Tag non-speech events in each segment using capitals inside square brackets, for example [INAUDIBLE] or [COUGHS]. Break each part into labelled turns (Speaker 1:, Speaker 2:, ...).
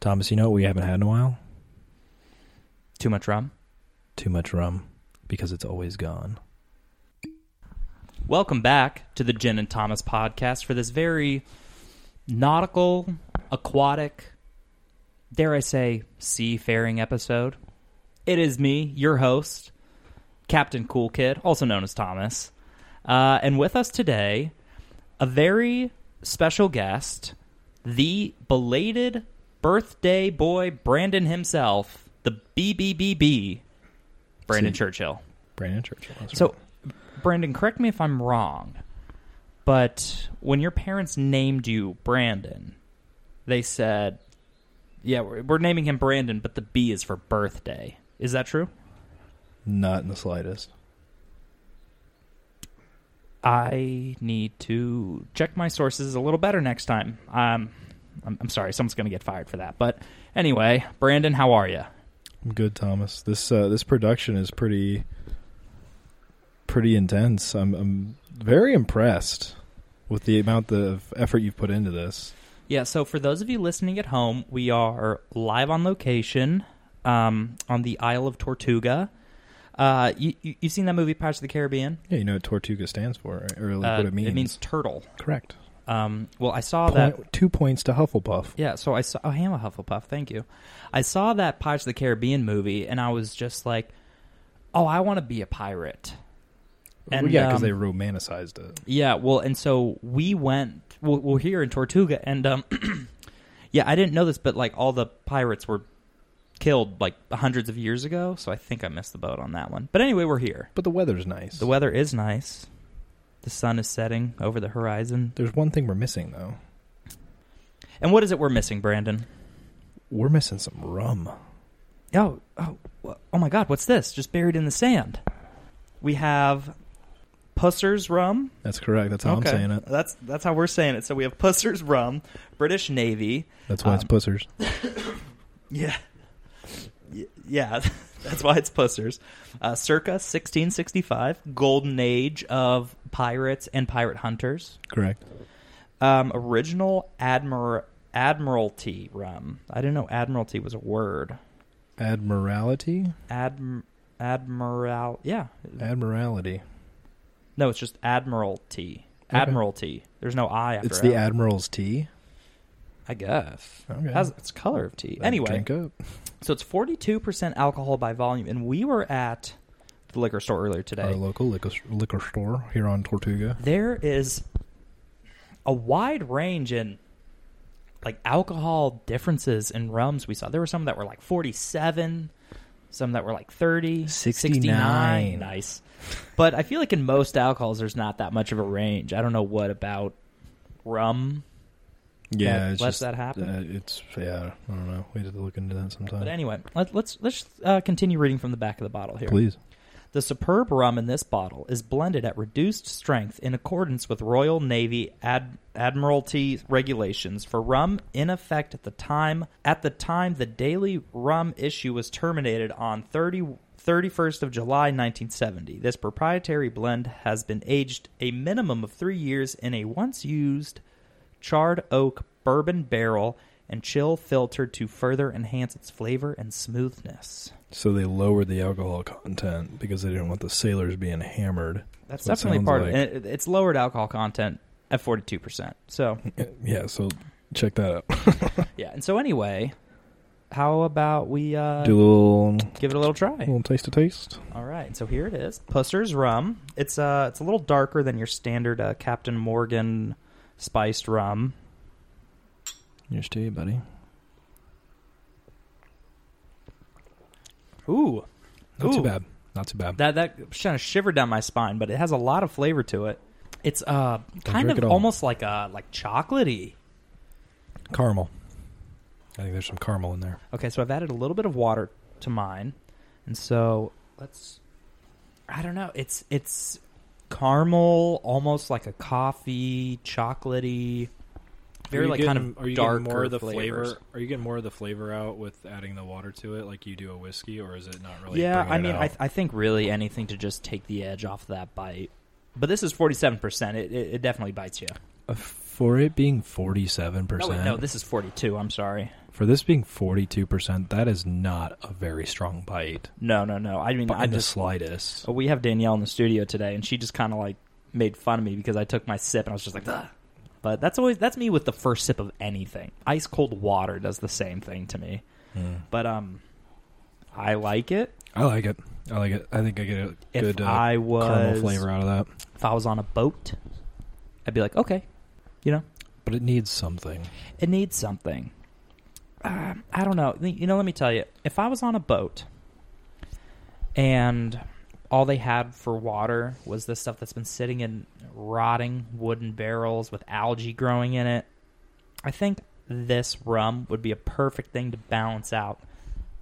Speaker 1: Thomas, you know what we haven't had in a while?
Speaker 2: Too much rum.
Speaker 1: Too much rum because it's always gone.
Speaker 2: Welcome back to the Jen and Thomas podcast for this very nautical, aquatic, dare I say, seafaring episode. It is me, your host, Captain Cool Kid, also known as Thomas. Uh, and with us today, a very special guest, the belated birthday boy Brandon himself, the BBBB, Brandon
Speaker 1: See.
Speaker 2: Churchill.
Speaker 1: Brandon Churchill. that's
Speaker 2: So,
Speaker 1: right.
Speaker 2: Brandon, correct me if I'm wrong, but when your parents named you Brandon, they said, "Yeah, we're, we're naming him Brandon, but the B is for birthday." Is that true?
Speaker 1: not in the slightest.
Speaker 2: I need to check my sources a little better next time. Um, I'm, I'm sorry, someone's going to get fired for that. But anyway, Brandon, how are you?
Speaker 1: I'm good, Thomas. This uh, this production is pretty pretty intense. I'm I'm very impressed with the amount of effort you've put into this.
Speaker 2: Yeah, so for those of you listening at home, we are live on location um, on the Isle of Tortuga. Uh, you, you, you've seen that movie Pirates of the Caribbean?
Speaker 1: Yeah, you know what Tortuga stands for, right? or like
Speaker 2: Uh,
Speaker 1: what it means.
Speaker 2: It means turtle.
Speaker 1: correct.
Speaker 2: Um, well, I saw that.
Speaker 1: Point- two points to Hufflepuff.
Speaker 2: Yeah, so I saw. Oh, I am a Hufflepuff. Thank you. I saw that Pirates of the Caribbean movie, and I was just like, "Oh, I want to be a pirate."
Speaker 1: well, yeah, because
Speaker 2: um,
Speaker 1: they romanticized it.
Speaker 2: Yeah, well, and so we went. Well, we're here in Tortuga, and um, [CLEARS THROAT] yeah, I didn't know this, but like all the pirates were killed like hundreds of years ago, so I think I missed the boat on that one. But anyway, we're here.
Speaker 1: But the weather's nice.
Speaker 2: The weather is nice. The sun is setting over the horizon.
Speaker 1: There's one thing we're missing though.
Speaker 2: And what is it we're missing, Brandon?
Speaker 1: We're missing some rum.
Speaker 2: Oh, oh, wha- oh my God! What's this? Just buried in the sand. We have Pusser's rum.
Speaker 1: That's correct. That's how I'm saying it.
Speaker 2: That's that's how we're saying it. So we have Pusser's rum, British Navy.
Speaker 1: That's why it's
Speaker 2: Um,
Speaker 1: pussers.
Speaker 2: Yeah. Y- Yeah, [LAUGHS] that's why it's Pussers. Uh, circa 1665, golden age of pirates and pirate hunters.
Speaker 1: Correct.
Speaker 2: Um, original admir- Admiralty rum. I didn't know Admiralty was a word.
Speaker 1: Admiralty.
Speaker 2: Adm- Admiral. Yeah.
Speaker 1: Admiralty.
Speaker 2: No, it's just Admiralty.
Speaker 1: Okay.
Speaker 2: Admiralty. There's no I after
Speaker 1: It's the
Speaker 2: Ad-
Speaker 1: admiral's tea.
Speaker 2: I guess.
Speaker 1: Okay.
Speaker 2: How's- it's color of tea.
Speaker 1: Then
Speaker 2: Anyway.
Speaker 1: drink up.
Speaker 2: So it's 42% alcohol by volume, and we were at the liquor store earlier today.
Speaker 1: Our local liquor, liquor store here on Tortuga.
Speaker 2: There is a wide range in like alcohol differences in rums we saw. There were some that were like 47, some that were like 30,
Speaker 1: 69.
Speaker 2: Nice. But I feel like in most alcohols, there's not that much of a range. I don't know what about rum.
Speaker 1: Yeah,
Speaker 2: Let-
Speaker 1: it's
Speaker 2: let
Speaker 1: just,
Speaker 2: that happen?
Speaker 1: Uh, it's yeah. I don't know. We have to look into that sometime.
Speaker 2: But anyway, let, let's let's uh, continue reading from the back of the bottle here.
Speaker 1: Please.
Speaker 2: The superb rum in this bottle is blended at reduced strength in accordance with Royal Navy Ad- Admiralty regulations for rum in effect at the time at the time the daily rum issue was terminated on 30, 31st of July 1970. This proprietary blend has been aged a minimum of 3 years in a once used charred oak bourbon barrel and chill filtered to further enhance its flavor and smoothness.
Speaker 1: So they lowered the alcohol content because they didn't want the sailors being hammered. [LAUGHS]
Speaker 2: That's
Speaker 1: That's what it
Speaker 2: definitely
Speaker 1: sounds
Speaker 2: part of
Speaker 1: like.
Speaker 2: it. And it. It's lowered alcohol content at 42%.
Speaker 1: [LAUGHS]
Speaker 2: So,
Speaker 1: Yeah. So check that out.
Speaker 2: yeah. And so, anyway, how about we uh,
Speaker 1: Do a little
Speaker 2: give it a little try?
Speaker 1: little taste to taste.
Speaker 2: All right. So, here it is Pusser's Rum. It's, uh, it's a little darker than your standard uh, Captain Morgan spiced rum.
Speaker 1: Here's to you, buddy.
Speaker 2: Ooh.
Speaker 1: Not too
Speaker 2: Ooh.
Speaker 1: bad. Not too bad.
Speaker 2: That, that kind of shivered down my spine, but it has a lot of flavor to it. It's uh, kind
Speaker 1: drink
Speaker 2: of
Speaker 1: it all.
Speaker 2: almost like a, like chocolatey.
Speaker 1: caramel. I think there's some caramel in there.
Speaker 2: Okay, so I've added a little bit of water to mine, and so let's. I don't know. It's it's caramel, almost like a coffee, chocolatey, very like kind of dark
Speaker 3: more of the
Speaker 2: flavors.
Speaker 3: flavor? Are you getting more of the flavor out with adding the water to it, like you do a whiskey, or is it not really?
Speaker 2: yeah,
Speaker 3: bringing
Speaker 2: I
Speaker 3: it
Speaker 2: mean,
Speaker 3: out?
Speaker 2: I, I think really anything to just take the edge off that bite. But this is forty seven percent. It it definitely bites you.
Speaker 1: Uh, for it being 47%.
Speaker 2: No, wait, no, this is forty two. I'm sorry.
Speaker 1: For this being 42%, that is not a very strong bite.
Speaker 2: No, no, no. I mean,
Speaker 1: By
Speaker 2: I
Speaker 1: the
Speaker 2: just
Speaker 1: slightest.
Speaker 2: Uh, We have Danielle in the studio today, and she just kind of like made fun of me because I took my sip, and I was just like, Ugh. but that's always that's me with the first sip of anything. Ice cold water does the same thing to me,
Speaker 1: Mm.
Speaker 2: but um, I like it.
Speaker 1: I like it. I like it. I think I get a
Speaker 2: If
Speaker 1: good uh,
Speaker 2: I was
Speaker 1: caramel flavor out of that.
Speaker 2: if I was on a boat, I'd be like, okay, you know,
Speaker 1: But it needs something.
Speaker 2: it needs something. Uh, I don't know. You know, let me tell you. If I was on a boat and all they had for water was this stuff that's been sitting in rotting wooden barrels with algae growing in it, I think this rum would be a perfect thing to balance out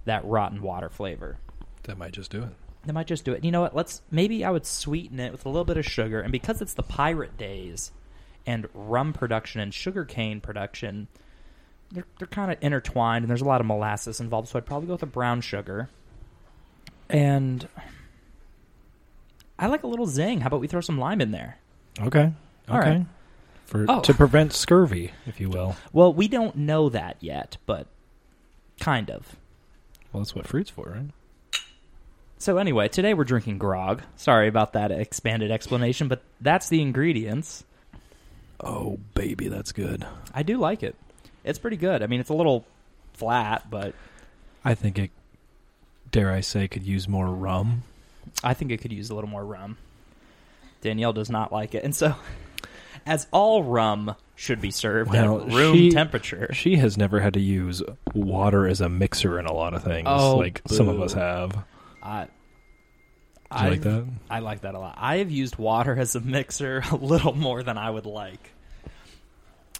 Speaker 2: that rotten water flavor.
Speaker 1: That might just do it.
Speaker 2: They might just do it. You know what? Let's maybe I would sweeten it with a little bit of sugar, and because it's the pirate days, and rum production and sugarcane production, they're they're kind of intertwined, and there's a lot of molasses involved. So I'd probably go with a brown sugar, and I like a little zing. How about we throw some lime in there?
Speaker 1: Okay.
Speaker 2: All
Speaker 1: okay.
Speaker 2: right.
Speaker 1: For
Speaker 2: Oh.
Speaker 1: to prevent scurvy, if you will.
Speaker 2: Well, we don't know that yet, but kind of.
Speaker 1: Well, that's what fruit's for, right?
Speaker 2: So anyway, today we're drinking grog. Sorry about that expanded explanation, but that's the ingredients.
Speaker 1: Oh, baby, that's good.
Speaker 2: I do like it. It's pretty good. I mean, it's a little flat, but
Speaker 1: I think it dare I say could use more rum.
Speaker 2: I think it could use a little more rum. Danielle does not like it. And so, [LAUGHS] as all rum should be served
Speaker 1: Well,
Speaker 2: at room
Speaker 1: she-
Speaker 2: temperature,
Speaker 1: She has never had to use water as a mixer in a lot of things
Speaker 2: Oh,
Speaker 1: like some of
Speaker 2: boo.
Speaker 1: us have.
Speaker 2: I,
Speaker 1: Do you like
Speaker 2: I've-
Speaker 1: that?
Speaker 2: I like that a lot. I have used water as a mixer [LAUGHS] a little more than I would like.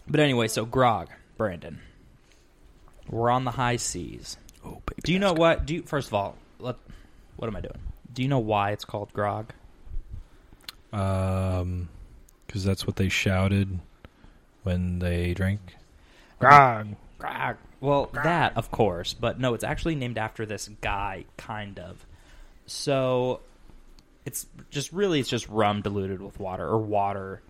Speaker 2: But anyway, so grog, Brandon. We're on the high seas.
Speaker 1: Oh, baby.
Speaker 2: Do you know
Speaker 1: that's
Speaker 2: what? Do you, first of all, let, what am I doing? Do you know why it's called grog?
Speaker 1: good. Um, cuz that's what they shouted when they drank.
Speaker 2: Grog. Grog. Well, that, of course, but no, it's actually named after this guy, kind of. So it's just really, it's just rum diluted with water or water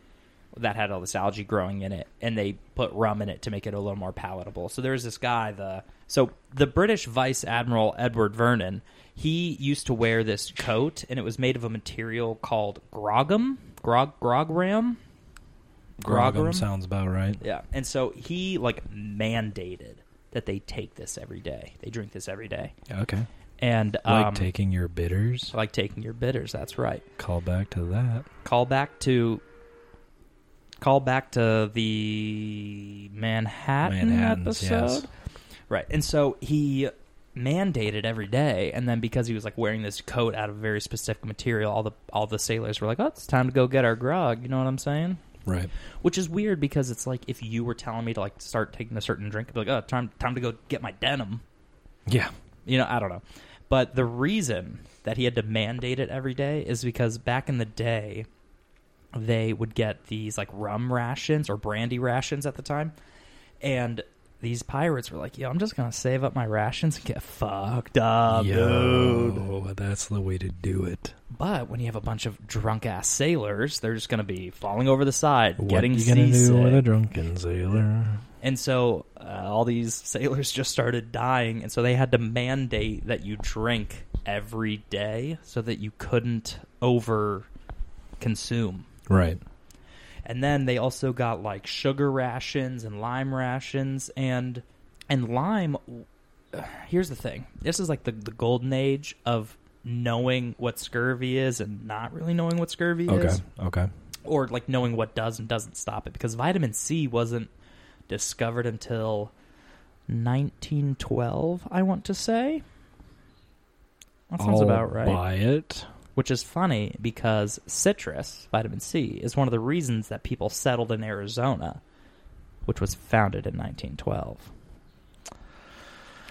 Speaker 2: that had all this algae growing in it, and they put rum in it to make it a little more palatable. So there's this guy, the so the British Vice Admiral Edward Vernon. He used to wear this coat, and it was made of a material called grogum, grog, grogram,
Speaker 1: Grogum sounds about right.
Speaker 2: yeah. And so he like mandated that they take this every day. They drink this every day.
Speaker 1: Yeah, okay.
Speaker 2: And um,
Speaker 1: Like taking your bitters.
Speaker 2: like taking your bitters, that's right.
Speaker 1: Call back to that.
Speaker 2: Call back to call back to the Manhattan
Speaker 1: Manhattans,
Speaker 2: episode.
Speaker 1: yes.
Speaker 2: Right. And so he mandated every day and then because he was like wearing this coat out of very specific material, all the all the sailors were like, "Oh, it's time to go get our grog." You know what I'm saying?
Speaker 1: Right.
Speaker 2: Which is weird because it's like if you were telling me to like start taking a certain drink, I'd be like, oh, time time to go get my denim.
Speaker 1: Yeah.
Speaker 2: You know, I don't know. But the reason that he had to mandate it every day is because back in the day, they would get these like rum rations or brandy rations at the time, and these pirates were like, "Yo, I'm just gonna save up my rations and get fucked up, dude."
Speaker 1: Yo, that's the way to do it.
Speaker 2: But when you have a bunch of drunk ass sailors, they're just gonna be falling over the side,
Speaker 1: What
Speaker 2: getting
Speaker 1: you gonna
Speaker 2: seasick.
Speaker 1: do with a drunken sailor?
Speaker 2: And so uh, all these [LAUGHS] sailors just started dying, and so they had to mandate that you drink every day so that you couldn't over consume.
Speaker 1: Right.
Speaker 2: And then they also got like sugar rations and lime rations and and lime [SIGHS] here's the thing. This is like the, the golden age of knowing what scurvy is and not really knowing what scurvy
Speaker 1: Okay.
Speaker 2: is
Speaker 1: Okay.
Speaker 2: or like knowing what does and doesn't stop it because vitamin C wasn't discovered until 1912, I want to say. That sounds
Speaker 1: I'll
Speaker 2: about right.
Speaker 1: Buy it.
Speaker 2: Which is funny because citrus, vitamin C, is one of the reasons that people settled in Arizona, which was founded in 1912.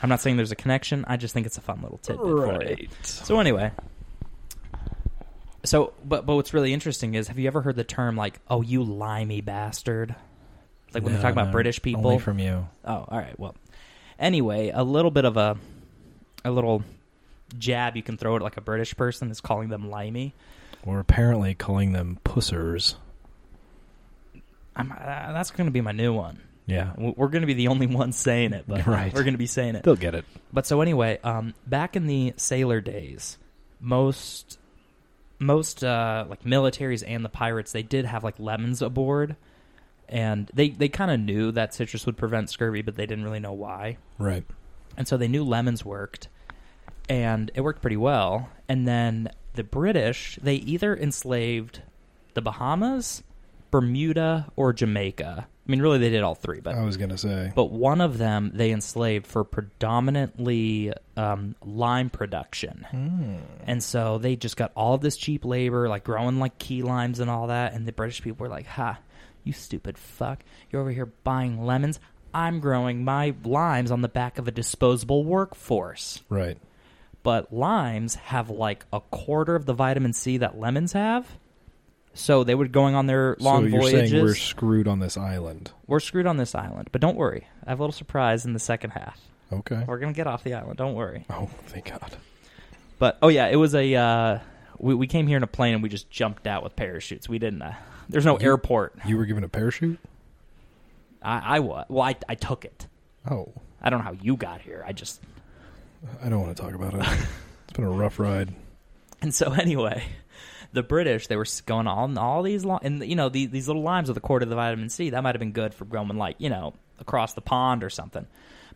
Speaker 2: I'm not saying there's a connection. I just think it's a fun little tidbit for you. So anyway, so but but what's really interesting is have you ever heard the term like oh you limey bastard? Like when they
Speaker 1: No,
Speaker 2: talk about
Speaker 1: no,
Speaker 2: British people.
Speaker 1: Only from you.
Speaker 2: oh, all right. Well, anyway, a little bit of a a little jab you can throw at like a British person is calling them limey.
Speaker 1: We're apparently calling them pussers.
Speaker 2: I'm, uh, that's going to be my new one.
Speaker 1: Yeah.
Speaker 2: W- We're going to be the only [LAUGHS] ones saying it, but
Speaker 1: Right.
Speaker 2: we're going to be saying it.
Speaker 1: They'll get it.
Speaker 2: But so anyway, um, back in the sailor days, most most uh, like militaries and the pirates they did have like lemons aboard, and they they kind of knew that citrus would prevent scurvy, but they didn't really know why,
Speaker 1: Right.
Speaker 2: and so they knew lemons worked, and it worked pretty well. And then the British they either enslaved the Bahamas, Bermuda, or Jamaica. I mean, really, they did all three, but
Speaker 1: I was gonna say.
Speaker 2: but one of them they enslaved for predominantly um, lime production.
Speaker 1: Hmm.
Speaker 2: And so they just got all this cheap labor, like growing like key limes and all that. And the British people were like, ha, you stupid fuck. You're over here buying lemons. I'm growing my limes on the back of a disposable workforce.
Speaker 1: Right.
Speaker 2: But limes have like a quarter of the vitamin C that lemons have. So they were going on their long
Speaker 1: so you're
Speaker 2: voyages.
Speaker 1: saying we're screwed on this island?
Speaker 2: we're screwed on this island. But don't worry. I have a little surprise in the second half.
Speaker 1: Okay.
Speaker 2: We're gonna get off the island. Don't worry.
Speaker 1: Oh, thank God.
Speaker 2: But oh yeah, it was a. Uh, we we came here in a plane and we just jumped out with parachutes. We didn't. Uh, there's no
Speaker 1: You-
Speaker 2: airport.
Speaker 1: You were given a parachute.
Speaker 2: I, I was. Well, I I took it.
Speaker 1: Oh,
Speaker 2: I don't know how you got here. I just.
Speaker 1: I don't want to talk
Speaker 2: [LAUGHS]
Speaker 1: about it. it's been a rough ride.
Speaker 2: And so [LAUGHS] anyway, the British they were s- going on all these li- and you know these, these little limes with a quarter of the vitamin C that might have been good for going like you know across the pond or something.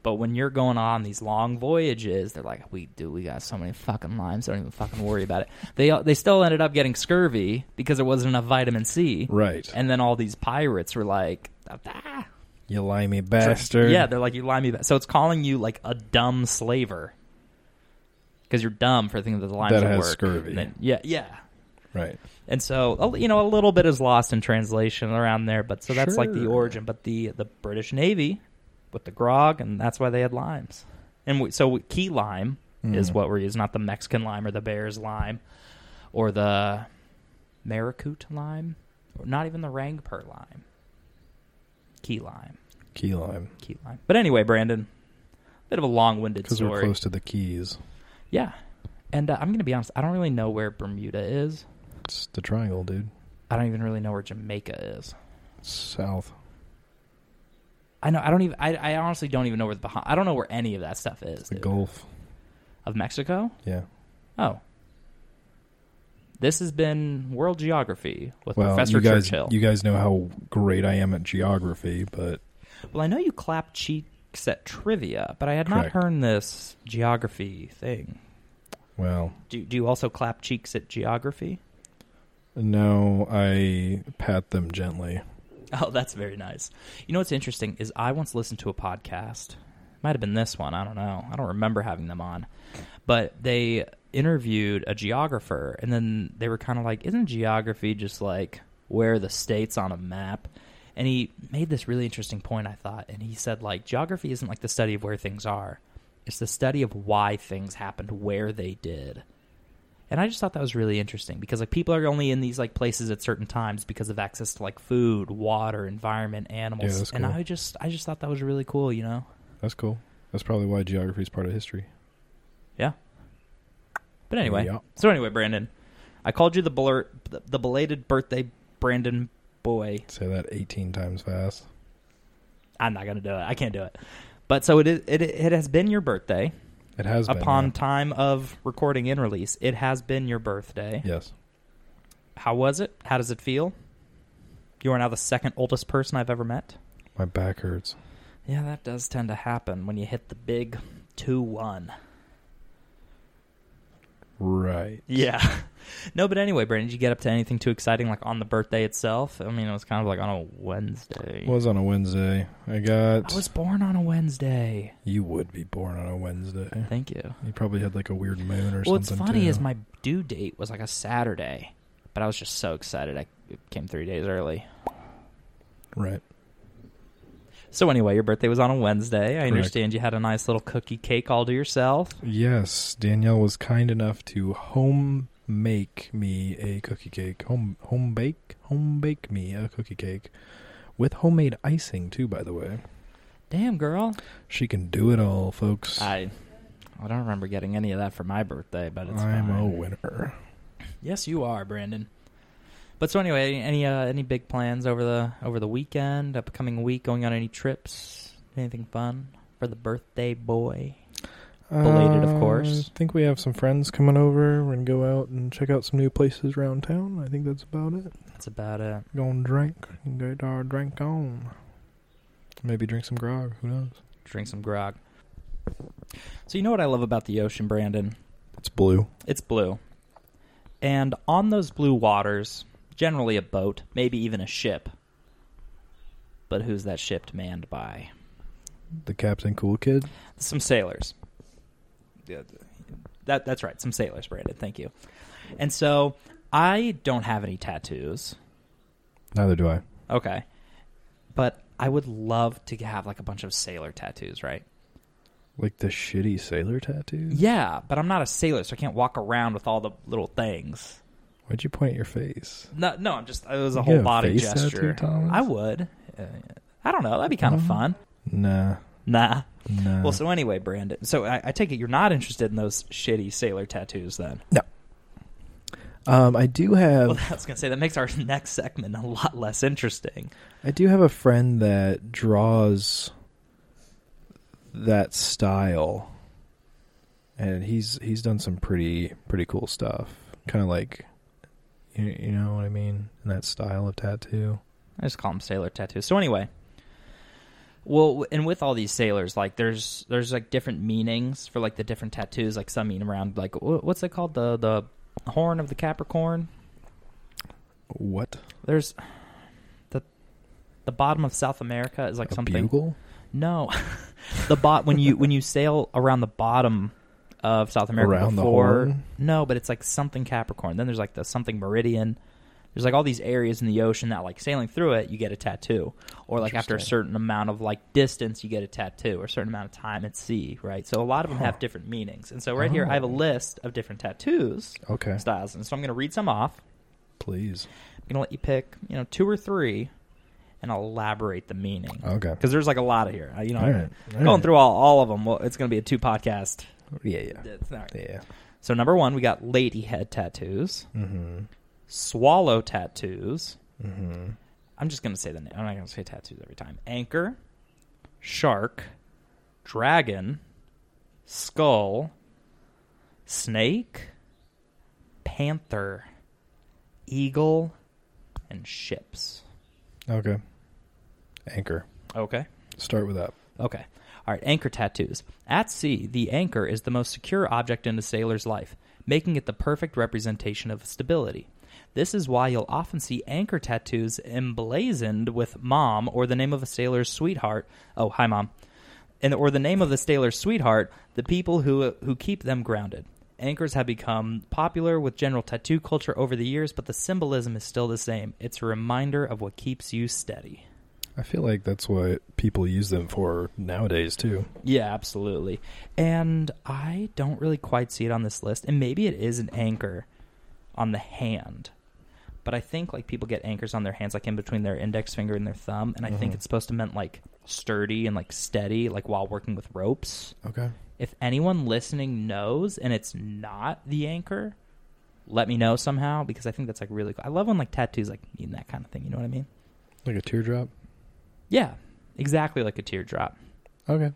Speaker 2: But when you're going on these long voyages, they're like, "We do, we got so many fucking limes. Don't even fucking worry about it." They uh, they still ended up getting scurvy because there wasn't enough vitamin C.
Speaker 1: Right.
Speaker 2: And then all these pirates were like, "Ah."
Speaker 1: you limey bastard.
Speaker 2: Yeah, they're like, you lie me back. So it's calling you like a dumb slaver because you're dumb for thinking that the limes
Speaker 1: That
Speaker 2: will
Speaker 1: has
Speaker 2: work.
Speaker 1: scurvy.
Speaker 2: And then- yeah, yeah.
Speaker 1: Right.
Speaker 2: And so a- you know a little bit is lost in translation around there, but so that's like the
Speaker 1: Sure.
Speaker 2: origin. But the the British Navy with the grog, and that's why they had limes. And we, so key lime is
Speaker 1: Mm.
Speaker 2: what we're using, not the Mexican lime or the bear's lime or the maracuit lime, or not even the rangpur lime. Key lime,
Speaker 1: Key lime.
Speaker 2: key lime. But anyway, Brandon, bit of a long-winded
Speaker 1: Because we're
Speaker 2: story.
Speaker 1: close to the keys.
Speaker 2: Yeah, and uh, I'm gonna be honest, I don't really know where Bermuda is.
Speaker 1: It's the triangle, dude.
Speaker 2: I don't even really know where Jamaica is.
Speaker 1: It's south.
Speaker 2: I know. I don't even. I, I honestly don't even know where the Bahamas. I don't know where any of that stuff is.
Speaker 1: It's the
Speaker 2: dude.
Speaker 1: Gulf.
Speaker 2: of Mexico.
Speaker 1: Yeah.
Speaker 2: Oh, this has been World Geography with
Speaker 1: well,
Speaker 2: Professor
Speaker 1: you guys,
Speaker 2: Churchill.
Speaker 1: you guys know how great I am at geography, but
Speaker 2: well, I know you clap cheeks at trivia, but I had
Speaker 1: Correct.
Speaker 2: not heard this geography thing.
Speaker 1: well,
Speaker 2: Do do you also clap cheeks at geography?
Speaker 1: no, I pat them gently.
Speaker 2: [LAUGHS] Oh, that's very nice. You know what's interesting is I once listened to a podcast. Might have been this one. I don't know. I don't remember having them on. But they interviewed a geographer, and then they were kind of like, "Isn't geography just like where the states on a map?" And he made this really interesting point. I thought, and he said like, "Geography isn't like the study of where things are; it's the study of why things happened where they did." And I just thought that was really interesting because like people are only in these like places at certain times because of access to like food, water, environment,
Speaker 1: Yeah,
Speaker 2: animals.
Speaker 1: that's
Speaker 2: and
Speaker 1: cool.
Speaker 2: I just I just thought that was really cool, you know.
Speaker 1: That's cool. That's probably why geography is part of history.
Speaker 2: Yeah. But anyway,
Speaker 1: Yeah.
Speaker 2: so anyway, Brandon, I called you the blur the, the belated birthday Brandon boy.
Speaker 1: Say that 18 times fast.
Speaker 2: I'm not going to do it. I can't do it. But so it is it it has been your birthday
Speaker 1: It has been,
Speaker 2: upon
Speaker 1: yeah.
Speaker 2: time of recording and release. It has been your birthday.
Speaker 1: Yes.
Speaker 2: How was it? How does it feel? You are now the second oldest person I've ever met.
Speaker 1: My back hurts.
Speaker 2: Yeah, that does tend to happen when you hit the big 2 1.
Speaker 1: Right.
Speaker 2: Yeah. [LAUGHS] no, but anyway, Brandon, did you get up to anything too exciting like on the birthday itself? I mean, it was kind of like on a Wednesday.
Speaker 1: Was on a Wednesday. I got.
Speaker 2: I was born on a Wednesday.
Speaker 1: You would be born on a Wednesday.
Speaker 2: Thank you.
Speaker 1: You probably had like a weird moon or something.
Speaker 2: well, what's funny
Speaker 1: too.
Speaker 2: is my due date was like a Saturday, but I was just so excited I it came three days early.
Speaker 1: Right.
Speaker 2: So anyway, your birthday was on a Wednesday. I
Speaker 1: Correct.
Speaker 2: understand you had a nice little cookie cake all to yourself.
Speaker 1: Yes, Danielle was kind enough to home make me a cookie cake. Home home bake home bake me a cookie cake with homemade icing too. By the way,
Speaker 2: Damn, girl.
Speaker 1: she can do it all, folks.
Speaker 2: I I don't remember getting any of that for my birthday, but it's
Speaker 1: I'm
Speaker 2: fine.
Speaker 1: a winner.
Speaker 2: Yes, you are, Brandon. But so anyway, any any, uh, any big plans over the over the weekend, upcoming week, going on any trips, anything fun for the birthday boy? Belated, of
Speaker 1: Uh,
Speaker 2: course.
Speaker 1: I think we have some friends coming over. We're gonna go out and check out some new places around town. I think that's about it.
Speaker 2: That's about it.
Speaker 1: Gonna drink, get our drink on. Maybe drink some grog. Who knows?
Speaker 2: Drink some grog. So you know what I love about the ocean, Brandon?
Speaker 1: It's blue.
Speaker 2: It's blue. And on those blue waters, generally a boat, maybe even a ship. But who's that ship manned by?
Speaker 1: The Captain Cool Kid.
Speaker 2: Some sailors. Yeah, th- That that's right, some sailors, Brandon. Thank you. And so I don't have any tattoos.
Speaker 1: Neither do I.
Speaker 2: Okay. But I would love to have like a bunch of sailor tattoos, right?
Speaker 1: Like the shitty sailor tattoo.
Speaker 2: Yeah, but I'm not a sailor, so I can't walk around with all the little things.
Speaker 1: Why'd you point at your face?
Speaker 2: No, no, I'm just it was a
Speaker 1: You
Speaker 2: whole
Speaker 1: get a
Speaker 2: body
Speaker 1: face tattoo,
Speaker 2: gesture.
Speaker 1: Thomas?
Speaker 2: I would. Uh, I don't know. That'd be kind of
Speaker 1: Mhm.
Speaker 2: fun.
Speaker 1: Nah,
Speaker 2: Nah.
Speaker 1: nah.
Speaker 2: Well, so anyway, Brandon. So I, I take it you're not interested in those shitty sailor tattoos, then.
Speaker 1: um, I do have.
Speaker 2: Well, [LAUGHS] I was gonna say that makes our next segment a lot less interesting.
Speaker 1: I do have a friend that draws that style, and he's he's done some pretty pretty cool stuff. Kind of like, you, you know what I mean, in that style of tattoo.
Speaker 2: I just call them sailor tattoos. So anyway, well, w- and with all these sailors, like there's there's like different meanings for like the different tattoos. Like some mean around like wh- what's it called the the horn of the Capricorn.
Speaker 1: What
Speaker 2: There's the the bottom of South America is like
Speaker 1: a
Speaker 2: something.
Speaker 1: bugle?
Speaker 2: No, [LAUGHS] the bot when you when you sail around the bottom of South America
Speaker 1: Around the
Speaker 2: before.
Speaker 1: horn?
Speaker 2: No, but it's like something Capricorn. Then there's like the something Meridian. There's like all these areas in the ocean that like sailing through it, you get a tattoo, or like after a
Speaker 1: Interesting.
Speaker 2: certain amount of like distance, you get a tattoo, or a certain amount of time at sea, right? So a lot of them
Speaker 1: Huh.
Speaker 2: have different meanings. And so right here, I have a
Speaker 1: Oh.
Speaker 2: list of different tattoos
Speaker 1: Okay,
Speaker 2: styles, and so I'm going to read some off.
Speaker 1: please.
Speaker 2: I'm going to let you pick, you know, two or three, and I'll elaborate the meaning
Speaker 1: Okay,
Speaker 2: because there's like a lot of here. Uh, You know,
Speaker 1: All right, all
Speaker 2: going
Speaker 1: right.
Speaker 2: through all, all of them. Well, it's going to be a two podcast.
Speaker 1: yeah, yeah,
Speaker 2: It's not-
Speaker 1: yeah.
Speaker 2: So number one, we got lady head tattoos,
Speaker 1: Mm-hmm.
Speaker 2: swallow tattoos.
Speaker 1: Mm-hmm.
Speaker 2: I'm just going to say the name. I'm not going to say tattoos every time. Anchor, shark, dragon, skull, snake, panther, eagle, and ships.
Speaker 1: Okay. Anchor.
Speaker 2: Okay.
Speaker 1: Start with that.
Speaker 2: Okay. All right, anchor tattoos. At sea, the anchor is the most secure object in a sailor's life, making it the perfect representation of stability. This is why you'll often see anchor tattoos emblazoned with mom or the name of a sailor's sweetheart. Oh, hi mom. And or the name of the sailor's sweetheart, the people who who keep them grounded. Anchors have become popular with general tattoo culture over the years, but the symbolism is still the same. It's a reminder of what keeps you steady.
Speaker 1: I feel like that's what people use them for nowadays too.
Speaker 2: Yeah, absolutely. And I don't really quite see it on this list. And maybe it is an anchor on the hand. But I think like people get anchors on their hands like in between their index finger and their thumb, and I think
Speaker 1: Mhm.
Speaker 2: it's supposed to meant like sturdy and like steady like while working with ropes.
Speaker 1: Okay.
Speaker 2: If anyone listening knows and it's not the anchor, let me know somehow because I think that's like really cool. I love when like tattoos like mean that kind of thing, you know what I mean?
Speaker 1: Like a teardrop.
Speaker 2: Yeah. Exactly like a teardrop.
Speaker 1: Okay.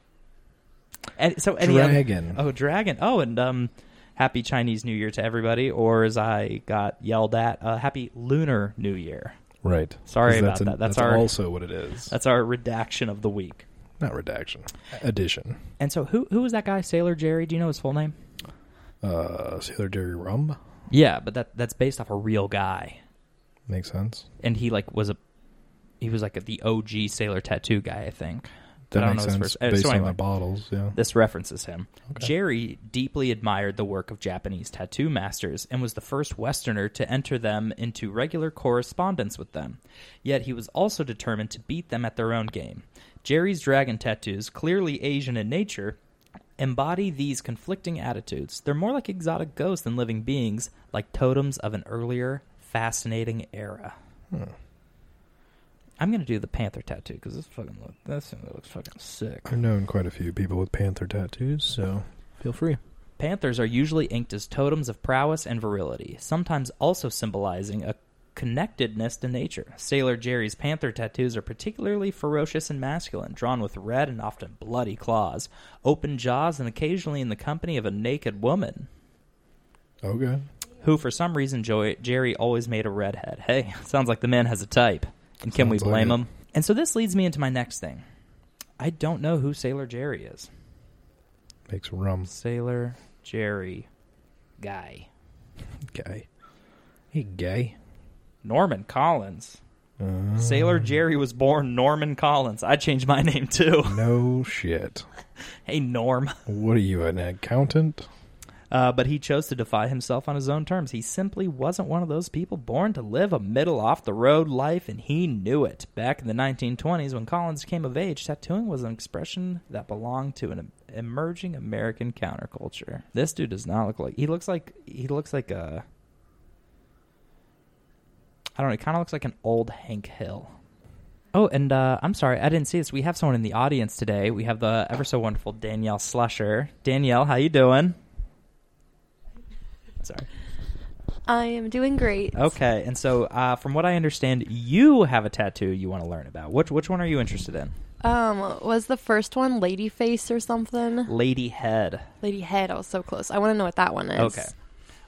Speaker 2: And so any other-
Speaker 1: Dragon.
Speaker 2: Oh, dragon. Oh, and um, happy Chinese New Year to everybody. Or as I got yelled at, uh, happy Lunar New Year.
Speaker 1: Right. 'Cause
Speaker 2: Sorry about
Speaker 1: an-
Speaker 2: that. That's our-
Speaker 1: also what it is.
Speaker 2: That's our redaction of the week.
Speaker 1: not redaction. Addition.
Speaker 2: And so, who who was that guy, Sailor Jerry? Do you know his full name?
Speaker 1: Uh, Sailor Jerry Rum
Speaker 2: Yeah, but that that's based off a real guy,
Speaker 1: makes sense.
Speaker 2: and he like was a he was like the OG Sailor Tattoo guy, I think. I
Speaker 1: That
Speaker 2: don't
Speaker 1: makes
Speaker 2: know his
Speaker 1: sense
Speaker 2: first- uh,
Speaker 1: based
Speaker 2: so
Speaker 1: on
Speaker 2: anyway.
Speaker 1: the bottles. Yeah.
Speaker 2: This references him.
Speaker 1: Okay.
Speaker 2: Jerry deeply admired the work of Japanese tattoo masters and was the first Westerner to enter them into regular correspondence with them. Yet he was also determined to beat them at their own game. Jerry's dragon tattoos, clearly Asian in nature, embody these conflicting attitudes. They're more like exotic ghosts than living beings, like totems of an earlier, fascinating era.
Speaker 1: Hmm.
Speaker 2: I'm gonna do the panther tattoo because this fucking look, this thing looks fucking sick.
Speaker 1: I've known quite a few people with panther tattoos, so feel free.
Speaker 2: Panthers are usually inked as totems of prowess and virility, sometimes also symbolizing a connectedness to nature. Sailor Jerry's panther tattoos are particularly ferocious and masculine, drawn with red and often bloody claws, open jaws, and occasionally in the company of a naked woman
Speaker 1: Okay.
Speaker 2: who for some reason Joy, Jerry always made a redhead. Hey, [LAUGHS] sounds like the man has a type. And can we
Speaker 1: Sounds like
Speaker 2: blame
Speaker 1: it.
Speaker 2: him? And so this leads me into my next thing. I don't know who Sailor Jerry is.
Speaker 1: Makes rum
Speaker 2: Sailor Jerry guy.
Speaker 1: guy. Hey, guy.
Speaker 2: Norman Collins.
Speaker 1: Uh,
Speaker 2: Sailor Jerry was born Norman Collins. I changed my [LAUGHS] name too.
Speaker 1: No shit.
Speaker 2: hey, Norm.
Speaker 1: What are you, an accountant?
Speaker 2: Uh, but he chose to defy himself on his own terms. He simply wasn't one of those people born to live a middle off the road life, and he knew it. Back in the 1920s, when Collins came of age, tattooing was an expression that belonged to an em- emerging American counterculture. This dude does not look like he looks like he looks like a. I don't know. He kind of looks like an old Hank Hill. Oh, and uh, I'm sorry, I didn't see this. We have someone in the audience today. We have the ever so wonderful Danielle Slusher. Danielle, how you doing? Sorry.
Speaker 4: I am doing great.
Speaker 2: Okay, and so uh, from what I understand, you have a tattoo you want to learn about. Which which one are you interested in?
Speaker 4: Um, was the first one Lady Face or something?
Speaker 2: Lady head.
Speaker 4: Lady Head. I was so close. I want to know what that one is.
Speaker 2: Okay.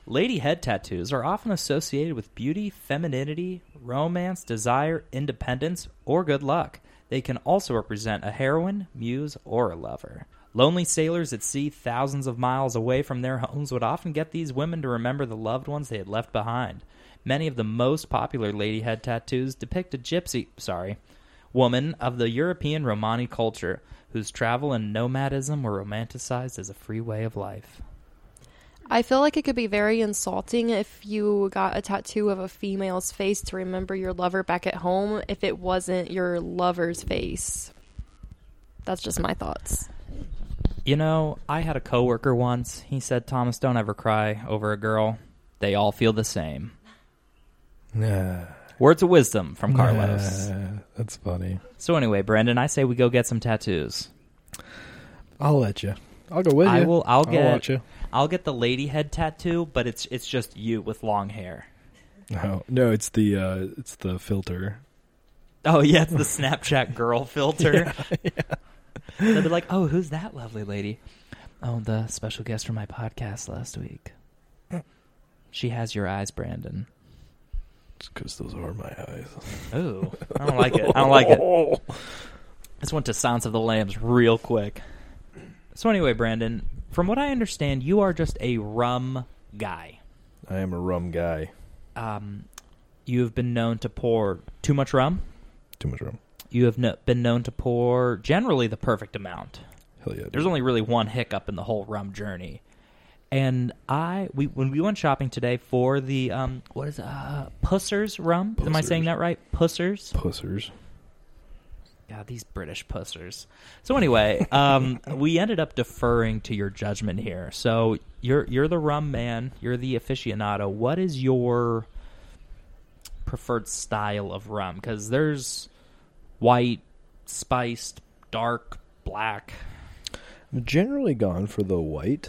Speaker 2: Lady head tattoos are often associated with beauty, femininity, romance, desire, independence, or good luck. They can also represent a heroine, muse, or a lover. Lonely sailors at sea, thousands of miles away from their homes, would often get these women to remember the loved ones they had left behind. Many of the most popular lady head tattoos depict a gypsy, sorry, woman of the European Romani culture, whose travel and nomadism were romanticized as a free way of life.
Speaker 4: I feel like it could be very insulting if you got a tattoo of a female's face to remember your lover back at home if it wasn't your lover's face. That's just my thoughts.
Speaker 2: You know, I had a coworker once. He said, "Thomas, don't ever cry over a girl. They all feel the same."
Speaker 1: Nah.
Speaker 2: Words of wisdom from Carlos.
Speaker 1: Nah, that's funny.
Speaker 2: So anyway, Brandon, I say we go get some tattoos.
Speaker 1: I'll let you. I'll go with you.
Speaker 2: I will. I'll
Speaker 1: I'll
Speaker 2: get.
Speaker 1: watch you.
Speaker 2: I'll get the lady head tattoo, but it's it's just you with long hair.
Speaker 1: No, no, it's the uh, it's the filter.
Speaker 2: Oh yeah, it's the Snapchat girl filter. They'll be like, "Oh, who's that lovely lady?" Oh, the special guest from my podcast last week. She has your eyes, Brandon.
Speaker 1: It's because those are my eyes.
Speaker 2: Ooh, I don't like it. I don't like it. This went to Silence of the Lambs real quick. So anyway, Brandon, from what I understand, you are just a rum guy.
Speaker 1: [LAUGHS] I am a rum guy.
Speaker 2: Um, you have been known to pour too much rum.
Speaker 1: Too much rum.
Speaker 2: You have no, been known to pour generally the perfect amount.
Speaker 1: Hell yeah.
Speaker 2: There's only really one hiccup in the whole rum journey. And I, we when we went shopping today for the um, what is it, uh, Pussers rum? Am I saying
Speaker 1: Pussers.
Speaker 2: that right? Pussers.
Speaker 1: pussers.
Speaker 2: God, these British pussers. So anyway, um, [LAUGHS] we ended up deferring to your judgment here. So you're you're the rum man. You're the aficionado. What is your preferred style of rum? Because there's white, spiced, dark, black.
Speaker 1: I'm generally gone for the white,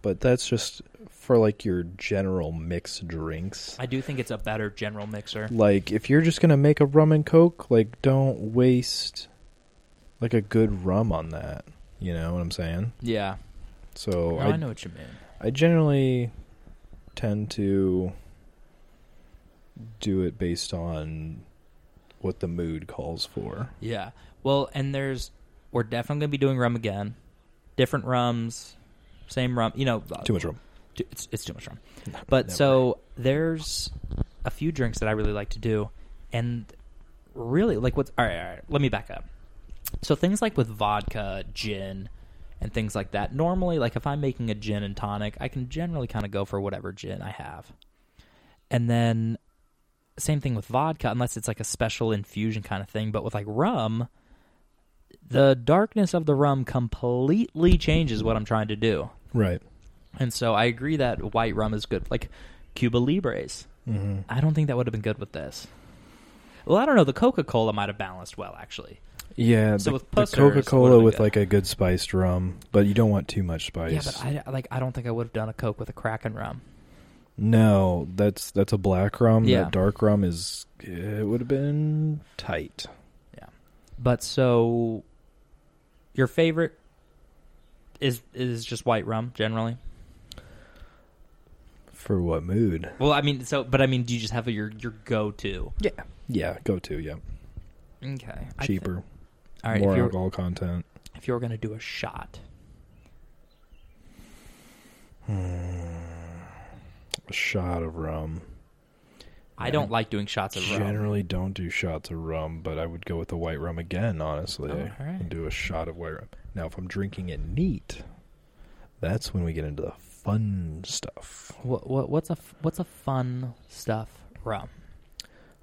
Speaker 1: but that's just for like your general mixed drinks.
Speaker 2: I do think it's a better general mixer.
Speaker 1: Like if you're just gonna make a rum and coke, like don't waste like a good rum on that. You know what I'm saying?
Speaker 2: Yeah,
Speaker 1: So Oh,
Speaker 2: No,
Speaker 1: I
Speaker 2: I know what you mean.
Speaker 1: I generally tend to do it based on what the mood calls for.
Speaker 2: Yeah. Well, and there's we're definitely gonna be doing rum again, different rums, same rum. You know,
Speaker 1: Too much rum.
Speaker 2: Too- it's, it's too much rum. [LAUGHS] But
Speaker 1: never.
Speaker 2: so there's a few drinks that I really like to do, and really like what's all right. All right, let me back up. So things like with vodka, gin, and things like that. Normally, like if I'm making a gin and tonic, I can generally kind of go for whatever gin I have, and then same thing with vodka, unless it's like a special infusion kind of thing. But with like rum. The darkness of the rum completely changes what I'm trying to do.
Speaker 1: Right.
Speaker 2: And so I agree that white rum is good. Like Cuba Libres.
Speaker 1: Mm-hmm.
Speaker 2: I don't think that would have been good with this. Well, I don't know. The Coca Cola might have balanced well, actually.
Speaker 1: Yeah.
Speaker 2: So
Speaker 1: the,
Speaker 2: with
Speaker 1: the
Speaker 2: Pussers,
Speaker 1: Coca-Cola
Speaker 2: would've
Speaker 1: with
Speaker 2: been
Speaker 1: like a good spiced rum, but you don't want too much spice.
Speaker 2: Yeah, but I like I don't think I would have done a Coke with a Kraken rum.
Speaker 1: No, that's that's a black rum.
Speaker 2: Yeah.
Speaker 1: That dark rum is it would have been tight.
Speaker 2: But so, your favorite is is just white rum generally.
Speaker 1: For what mood?
Speaker 2: Well, I mean, so but I mean, do you just have your your go to?
Speaker 1: Yeah. Yeah, go to, yeah.
Speaker 2: Okay,
Speaker 1: Cheaper.
Speaker 2: All right,
Speaker 1: more
Speaker 2: if you're
Speaker 1: alcohol content.
Speaker 2: if you're gonna do a shot,
Speaker 1: A shot of rum.
Speaker 2: I don't like doing shots of rum.
Speaker 1: Generally don't do shots of rum, but I would go with the white rum again, honestly.
Speaker 2: Oh, all right.
Speaker 1: And do a shot of white rum. Now if I'm drinking it neat, that's when we get into the fun stuff.
Speaker 2: What, what what's a f- what's a fun stuff rum?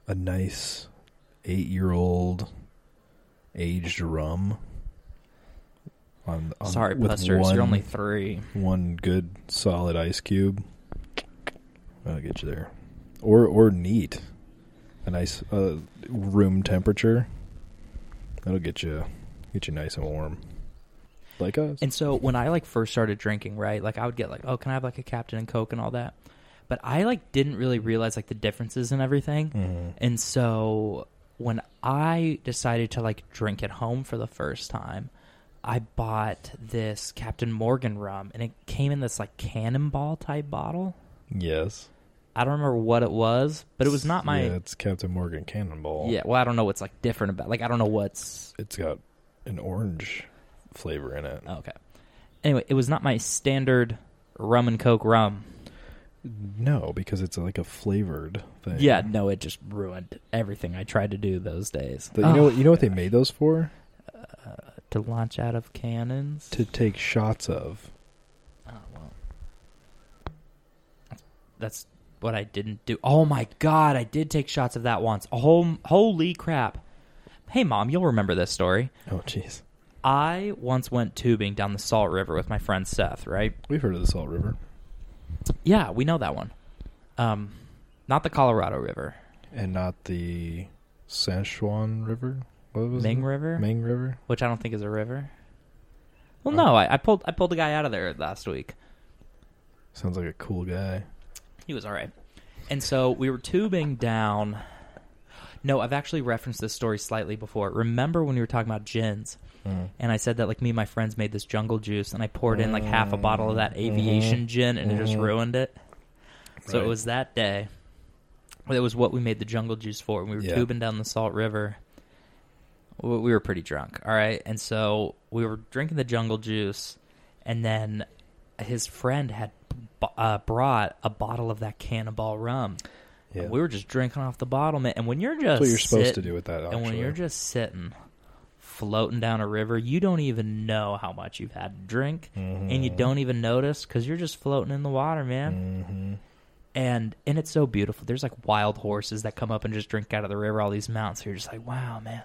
Speaker 1: A nice eight year old aged rum. On, on-
Speaker 2: Sorry,
Speaker 1: Um, with
Speaker 2: Busters,
Speaker 1: one-
Speaker 2: you're only three.
Speaker 1: one good solid ice cube. That'll get you there. Or or neat, a nice uh, room temperature. That'll get you get you nice and warm, like us.
Speaker 2: And so when I like first started drinking, right, like I would get like, oh, can I have like a Captain and Coke and all that, but I like didn't really realize like the differences and everything.
Speaker 1: Mhm.
Speaker 2: And so when I decided to like drink at home for the first time, I bought this Captain Morgan rum and it came in this like cannonball type bottle.
Speaker 1: Yes,
Speaker 2: I don't remember what it was, but it was not my
Speaker 1: Yeah, it's Captain Morgan Cannonball.
Speaker 2: Yeah, well, I don't know what's like different about. Like I don't know what's
Speaker 1: it's got an orange flavor in it.
Speaker 2: Oh, okay. Anyway, it was not my standard rum and coke rum.
Speaker 1: No, because it's like a flavored thing.
Speaker 2: Yeah, no, it just ruined everything I tried to do those days.
Speaker 1: But you know
Speaker 2: Oh,
Speaker 1: what? You know what they
Speaker 2: gosh.
Speaker 1: made those for?
Speaker 2: to launch out of cannons.
Speaker 1: To take shots of.
Speaker 2: oh, well. That's what I didn't do. Oh my god, I did take shots of that once. Oh, holy crap. Hey mom, you'll remember this story.
Speaker 1: Oh, jeez.
Speaker 2: I once went tubing down the Salt River with my friend Seth, right?
Speaker 1: We've heard of the Salt River.
Speaker 2: Yeah, we know that one. Um, not the Colorado River,
Speaker 1: and not the Sanchuan River. What was
Speaker 2: Ming
Speaker 1: it?
Speaker 2: River,
Speaker 1: Ming River.
Speaker 2: which I don't think is a river. Well,
Speaker 1: Oh.
Speaker 2: no, I, I pulled I pulled a guy out of there last week.
Speaker 1: Sounds like a cool guy.
Speaker 2: He was all right. And so we were tubing down. No, I've actually referenced this story slightly before. Remember when we were talking about gins?
Speaker 1: Mm.
Speaker 2: And I said that like me and my friends made this jungle juice, and I poured in like half a bottle of that aviation gin, and it just
Speaker 1: Mhm.
Speaker 2: ruined it. So it
Speaker 1: Right.
Speaker 2: was that day. It was what we made the jungle juice for. We were
Speaker 1: Yeah.
Speaker 2: tubing down the Salt River. We we were pretty drunk, all right. And so we were drinking the jungle juice, and then his friend had b- uh, brought a bottle of that Cannonball rum.
Speaker 1: Yeah,
Speaker 2: And we were just drinking off the bottle, man. And when you're just
Speaker 1: that's what you're supposed to
Speaker 2: sit-
Speaker 1: do with that. Actually.
Speaker 2: and when you're just sitting, floating down a river, you don't even know how much you've had to drink,
Speaker 1: Mm-hmm.
Speaker 2: and you don't even notice because you're just floating in the water, man.
Speaker 1: hmm
Speaker 2: And and it's so beautiful. There's like wild horses that come up and just drink out of the river. All these mountains. So you're just like, wow, man.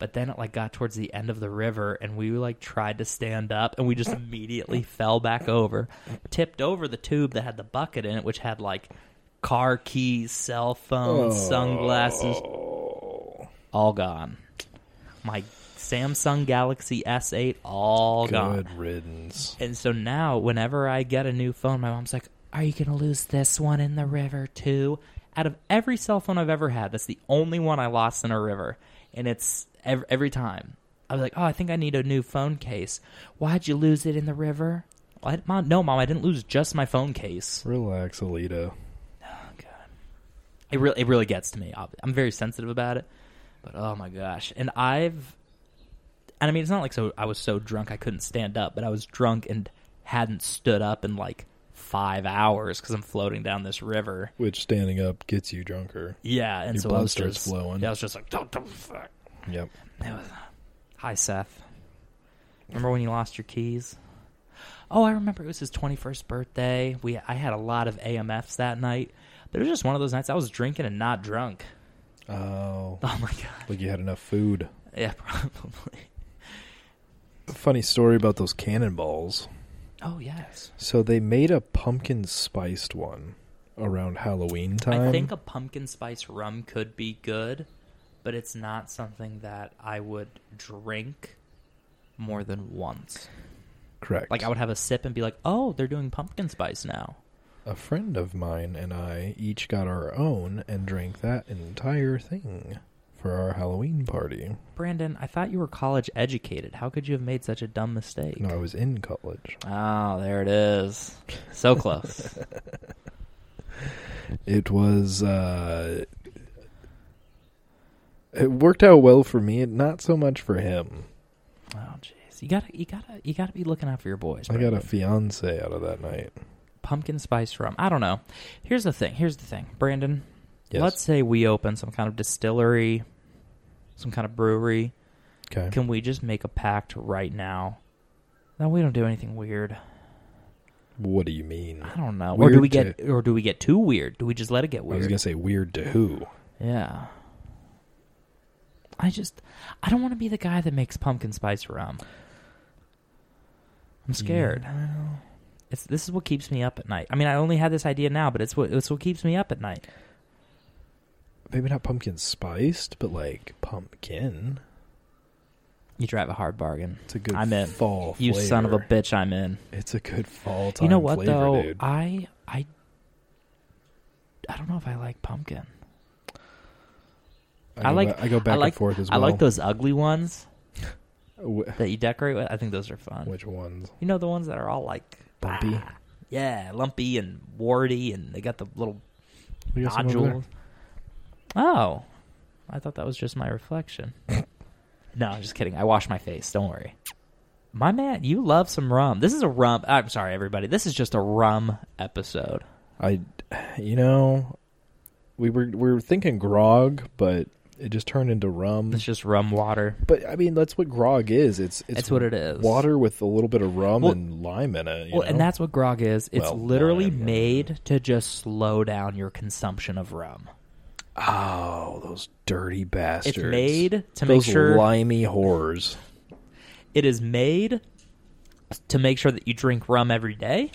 Speaker 2: But then it like got towards the end of the river, and we like tried to stand up, and we just immediately fell back over, tipped over the tube that had the bucket in it, which had like car keys, cell phones, sunglasses,
Speaker 1: Oh,
Speaker 2: all gone. My Samsung Galaxy S8, all gone.
Speaker 1: good riddance.
Speaker 2: And so now, whenever I get a new phone, my mom's like, Are you going to lose this one in the river too? Out of every cell phone I've ever had, that's the only one I lost in a river. And it's every, every time. I was like, Oh, I think I need a new phone case. Why'd you lose it in the river? What? Mom, no, mom, I didn't lose just my phone case.
Speaker 1: Relax, Alita.
Speaker 2: It really, it really gets to me. I'll- I'm very sensitive about it, but oh my gosh! And I've, and I mean, it's not like so I was so drunk I couldn't stand up, but I was drunk and hadn't stood up in like five hours because I'm floating down this river.
Speaker 1: Which standing up gets you drunker.
Speaker 2: Yeah, and
Speaker 1: Your
Speaker 2: so I
Speaker 1: blood
Speaker 2: was
Speaker 1: starts
Speaker 2: just,
Speaker 1: flowing.
Speaker 2: Yeah, I was just like, don't, don't, fuck.
Speaker 1: Yep.
Speaker 2: It was, hi Seth. Remember when you lost your keys? Oh, I remember it was his 21st birthday. We I had a lot of AMFs that night, but it was just one of those nights I was drinking and not drunk.
Speaker 1: Oh,
Speaker 2: Oh my god.
Speaker 1: like you had enough food.
Speaker 2: Yeah, [LAUGHS] probably.
Speaker 1: Funny story about those cannonballs.
Speaker 2: Oh yes.
Speaker 1: So they made a pumpkin spiced one around Halloween time.
Speaker 2: I think a pumpkin spice rum could be good, but it's not something that I would drink more than once.
Speaker 1: correct.
Speaker 2: Like I would have a sip and be like, "Oh, they're doing pumpkin spice now."
Speaker 1: a friend of mine and I each got our own and drank that entire thing for our Halloween party.
Speaker 2: Brandon, I thought you were college educated. How could you have made such a dumb mistake?
Speaker 1: No, I was in college.
Speaker 2: Oh, there it is.
Speaker 1: [LAUGHS]
Speaker 2: So close.
Speaker 1: It was uh it worked out well for me and not so much for him.
Speaker 2: oh, jeez. You gotta, you gotta, you gotta be looking out for your boys.
Speaker 1: I got a
Speaker 2: Brandon.
Speaker 1: fiance out of that night.
Speaker 2: pumpkin spice rum. I don't know. Here's the thing. Here's the thing, Brandon.
Speaker 1: Yes.
Speaker 2: Let's say we open some kind of distillery, some kind of brewery.
Speaker 1: okay.
Speaker 2: Can we just make a pact right now? No, we don't do anything weird.
Speaker 1: what do you mean?
Speaker 2: I don't know. or
Speaker 1: Weird
Speaker 2: do we get or do we get too weird? Do we just let it get
Speaker 1: I was
Speaker 2: weird?
Speaker 1: going to say weird to who?
Speaker 2: yeah. I just I don't want to be the guy that makes pumpkin spice rum. I'm scared.
Speaker 1: Mm,
Speaker 2: It's this is what keeps me up at night. I mean, I only had this idea now, but it's what it's what keeps me up at night.
Speaker 1: Maybe not pumpkin spiced, but like pumpkin.
Speaker 2: You drive a hard bargain.
Speaker 1: It's a good
Speaker 2: I'm in.
Speaker 1: fall
Speaker 2: You son of a
Speaker 1: flavor.
Speaker 2: bitch, I'm in.
Speaker 1: It's a good fall time
Speaker 2: you know what
Speaker 1: flavor,
Speaker 2: though?
Speaker 1: dude.
Speaker 2: I I I don't know if I like pumpkin. I
Speaker 1: go
Speaker 2: like-
Speaker 1: ba- I go back
Speaker 2: I like
Speaker 1: and forth as well.
Speaker 2: I like those ugly ones
Speaker 1: Wh-
Speaker 2: that you decorate with. I think those are fun.
Speaker 1: Which ones?
Speaker 2: You know the ones that are all like
Speaker 1: Bumpy.
Speaker 2: ah, yeah, lumpy and warty, and they got the little
Speaker 1: We got some over there.
Speaker 2: nodules. Oh, I thought that was just my reflection.
Speaker 1: [LAUGHS]
Speaker 2: no, I'm just kidding. I wash my face. Don't worry. My man, you love some rum. This is a rum. I'm sorry, everybody. This is just a rum episode.
Speaker 1: I, you know, we were we were thinking grog, but it just turned into rum.
Speaker 2: It's just rum water.
Speaker 1: But I mean, that's what grog is. It's it's
Speaker 2: That's what it is.
Speaker 1: Water with a little bit of rum
Speaker 2: Well-
Speaker 1: and lime in it. you
Speaker 2: Well, and
Speaker 1: know?
Speaker 2: that's what grog is. It's
Speaker 1: Well,
Speaker 2: literally
Speaker 1: lime, yeah.
Speaker 2: made to just slow down your consumption of rum.
Speaker 1: oh, those dirty bastards.
Speaker 2: It's made to
Speaker 1: those
Speaker 2: make sure
Speaker 1: limey whores.
Speaker 2: it is made to make sure that you drink rum every day,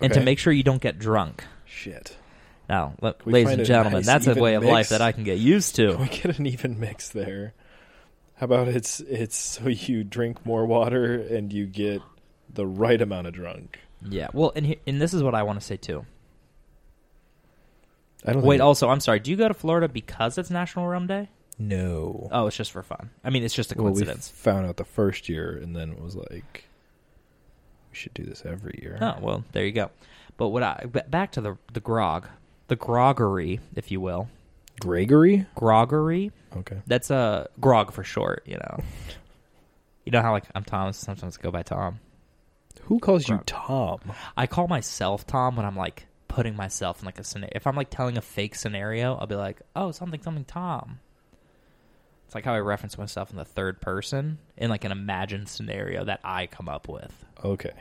Speaker 2: and to
Speaker 1: Okay.
Speaker 2: make sure you don't get drunk.
Speaker 1: Shit.
Speaker 2: Now, look,
Speaker 1: we
Speaker 2: ladies
Speaker 1: find
Speaker 2: and
Speaker 1: a
Speaker 2: gentlemen,
Speaker 1: nice
Speaker 2: that's a
Speaker 1: even
Speaker 2: way of life
Speaker 1: mix?
Speaker 2: that I can get used
Speaker 1: Can [LAUGHS] we [LAUGHS]
Speaker 2: to.
Speaker 1: get an even mix there? How about it's it's so you drink more water and you get the right amount of drunk.
Speaker 2: Yeah. Well, and he- and this is what I want to say too.
Speaker 1: I don't
Speaker 2: Wait,
Speaker 1: think-
Speaker 2: also, I'm sorry. Do you go to Florida because it's National Rum Day?
Speaker 1: no.
Speaker 2: Oh, it's just for fun. I mean, it's just a
Speaker 1: Well, we
Speaker 2: coincidence.
Speaker 1: found out the first year, and then it was like, we should do this every year.
Speaker 2: Oh, well, there you go. But what I b- back to the the grog, the groggery, if you will,
Speaker 1: Gregory.
Speaker 2: groggery.
Speaker 1: Okay.
Speaker 2: That's a uh, grog for short. You know. You know how like I'm Thomas. Sometimes I go by Tom.
Speaker 1: Who calls you
Speaker 2: Grog.
Speaker 1: Tom?
Speaker 2: I call myself Tom when I'm like putting myself in like a scenario. If I'm like telling a fake scenario, I'll be like, "Oh, something, something, Tom." It's like how I reference myself in the third person in like an imagined scenario that I come up with.
Speaker 1: Okay.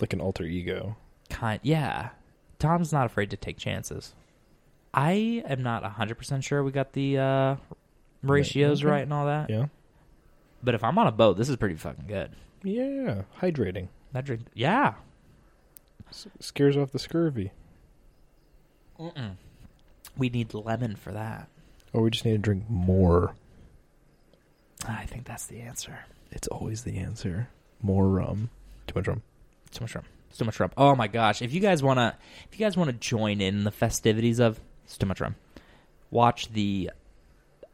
Speaker 1: Like an alter ego.
Speaker 2: Kind, yeah. Tom's not afraid to take chances. I am not 100% sure we got the uh, ratios
Speaker 1: okay.
Speaker 2: right and all that.
Speaker 1: Yeah.
Speaker 2: But if I'm on a boat, this is pretty fucking good.
Speaker 1: Yeah. Hydrating
Speaker 2: That drink, yeah.
Speaker 1: S- scares off the scurvy.
Speaker 2: Mm-mm. We need lemon for that.
Speaker 1: Or Oh, we just need to drink more.
Speaker 2: I think that's the answer.
Speaker 1: It's always the answer. More rum. Too much rum.
Speaker 2: Too much rum. It's Too much rum. Oh my gosh! If you guys wanna, if you guys wanna join in the festivities of it's too much rum, watch the.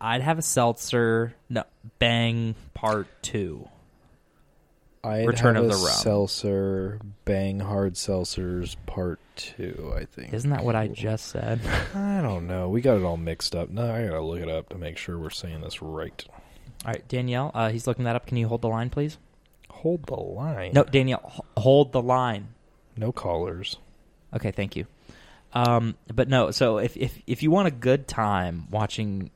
Speaker 2: I'd have a seltzer. No, Bang Part Two.
Speaker 1: I
Speaker 2: Return
Speaker 1: have
Speaker 2: of
Speaker 1: a
Speaker 2: the Rum.
Speaker 1: Seltzer Bang Hard Seltzers Part Two. I think
Speaker 2: Isn't that what I just said?
Speaker 1: I don't know. We got it all mixed up. No, I gotta look it up to make sure we're saying this right.
Speaker 2: All right, Danielle. Uh, he's looking that up. Can you hold the line, please?
Speaker 1: Hold the line.
Speaker 2: No, Danielle, h- hold the line.
Speaker 1: No callers.
Speaker 2: Okay, thank you. Um, but no, so if if if you want a good time watching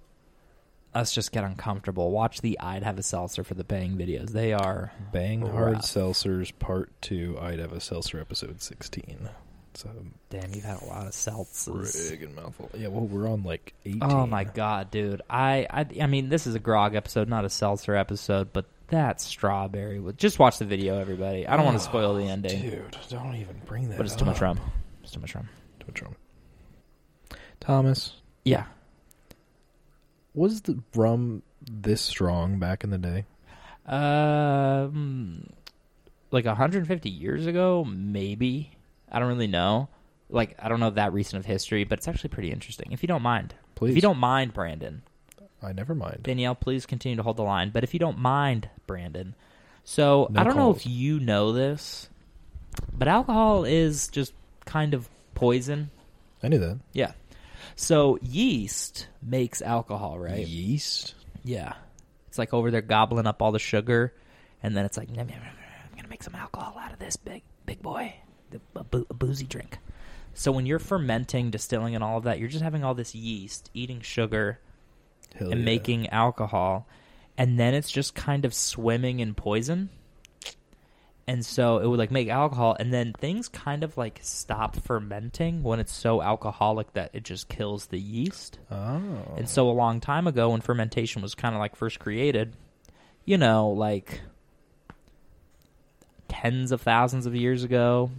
Speaker 2: us just get uncomfortable, watch the I'd have a seltzer for the Bang videos. They are
Speaker 1: Bang Hard
Speaker 2: Rough.
Speaker 1: Seltzers Part 2. I'd have a seltzer episode 16. So,
Speaker 2: Damn, you've had a lot of seltzers.
Speaker 1: friggin' mouthful. Yeah, well, we're on like 18.
Speaker 2: Oh my god, dude! I, I I mean, this is a grog episode, not a seltzer episode, but that strawberry was. Just watch the video, everybody. I don't want to spoil the ending,
Speaker 1: Oh, Dude, don't even bring that
Speaker 2: but it's too much
Speaker 1: up.
Speaker 2: rum. It's too much rum.
Speaker 1: Too much rum. Thomas,
Speaker 2: Yeah,
Speaker 1: was the rum this strong back in the day?
Speaker 2: um, like 150 years ago, maybe. I don't really know. Like I don't know that recent of history, but it's actually pretty interesting. If you don't mind, If
Speaker 1: Please.
Speaker 2: you don't mind, Brandon,
Speaker 1: I never mind.
Speaker 2: Danielle, please continue to hold the line. But if you don't mind, Brandon, so
Speaker 1: No
Speaker 2: I don't know
Speaker 1: calls.
Speaker 2: if you know this, but alcohol is just kind of poison.
Speaker 1: I knew that.
Speaker 2: Yeah. So yeast makes alcohol, right?
Speaker 1: Yeast.
Speaker 2: Yeah. It's like over there gobbling up all the sugar, and then it's like, "Nom, nom, nom, nom, I'm going to make some alcohol out of this big, big boy, the- a, boo- a boozy drink. So when you're fermenting, distilling, and all of that, you're just having all this yeast eating sugar
Speaker 1: Hell
Speaker 2: and
Speaker 1: Oh, yeah.
Speaker 2: making alcohol, and then it's just kind of swimming in poison. And so it would like make alcohol, and then things kind of like stop fermenting when it's so alcoholic that it just kills the yeast.
Speaker 1: Oh.
Speaker 2: And so a long time ago when fermentation was kind of like first created, you know, like tens of thousands of years ago,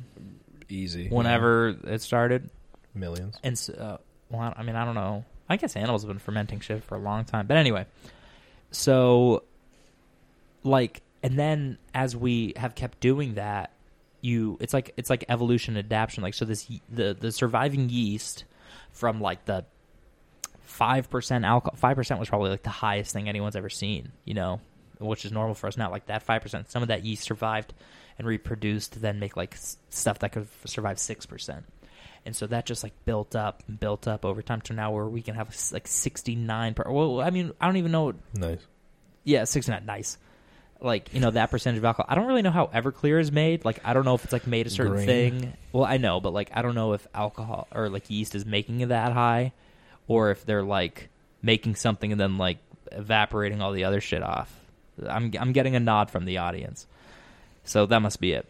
Speaker 1: easy.
Speaker 2: whenever it started.
Speaker 1: Millions.
Speaker 2: And so, uh, well, I- I mean, I don't know. I guess animals have been fermenting shit for a long time. But anyway, so like and then as we have kept doing that, you it's like it's like evolution and adaption like so this ye- the the surviving yeast from like the 5% alcohol 5% was probably like the highest thing anyone's ever seen, you know, which is normal for us now like that 5%. Some of that yeast survived and reproduced to then make like s- stuff that could survive 6%. And so that just like built up and built up over time to now where we can have like 69 per well I mean I don't even know
Speaker 1: Nice.
Speaker 2: yeah, six not nice. Like you know that percentage of alcohol. I don't really know how Everclear is made. Like I don't know if it's like made a certain
Speaker 1: Grain.
Speaker 2: thing. Well, I know, but like I don't know if alcohol or like yeast is making it that high, or if they're like making something and then like evaporating all the other shit off. I'm I'm getting a nod from the audience, so that must be it.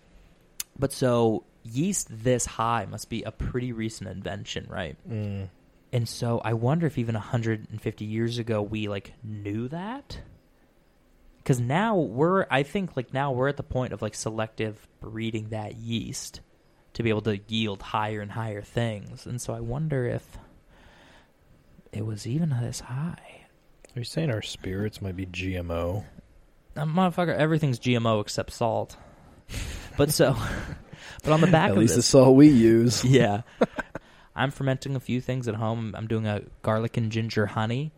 Speaker 2: But so yeast this high must be a pretty recent invention, right?
Speaker 1: Mm.
Speaker 2: And so I wonder if even 150 years ago we like knew that. Cuz now we're I think like now we're at the point of like selective breeding that yeast to be able to yield higher and higher things. And so I wonder if it was even this high.
Speaker 1: Are you saying our spirits might be GMO?
Speaker 2: That Uh, motherfucker everything's GMO except salt. But so [LAUGHS] but on the back
Speaker 1: At
Speaker 2: of
Speaker 1: least
Speaker 2: this
Speaker 1: it's all we
Speaker 2: [LAUGHS]
Speaker 1: use.
Speaker 2: yeah. I'm fermenting a few things at home. I'm doing a garlic and ginger honey.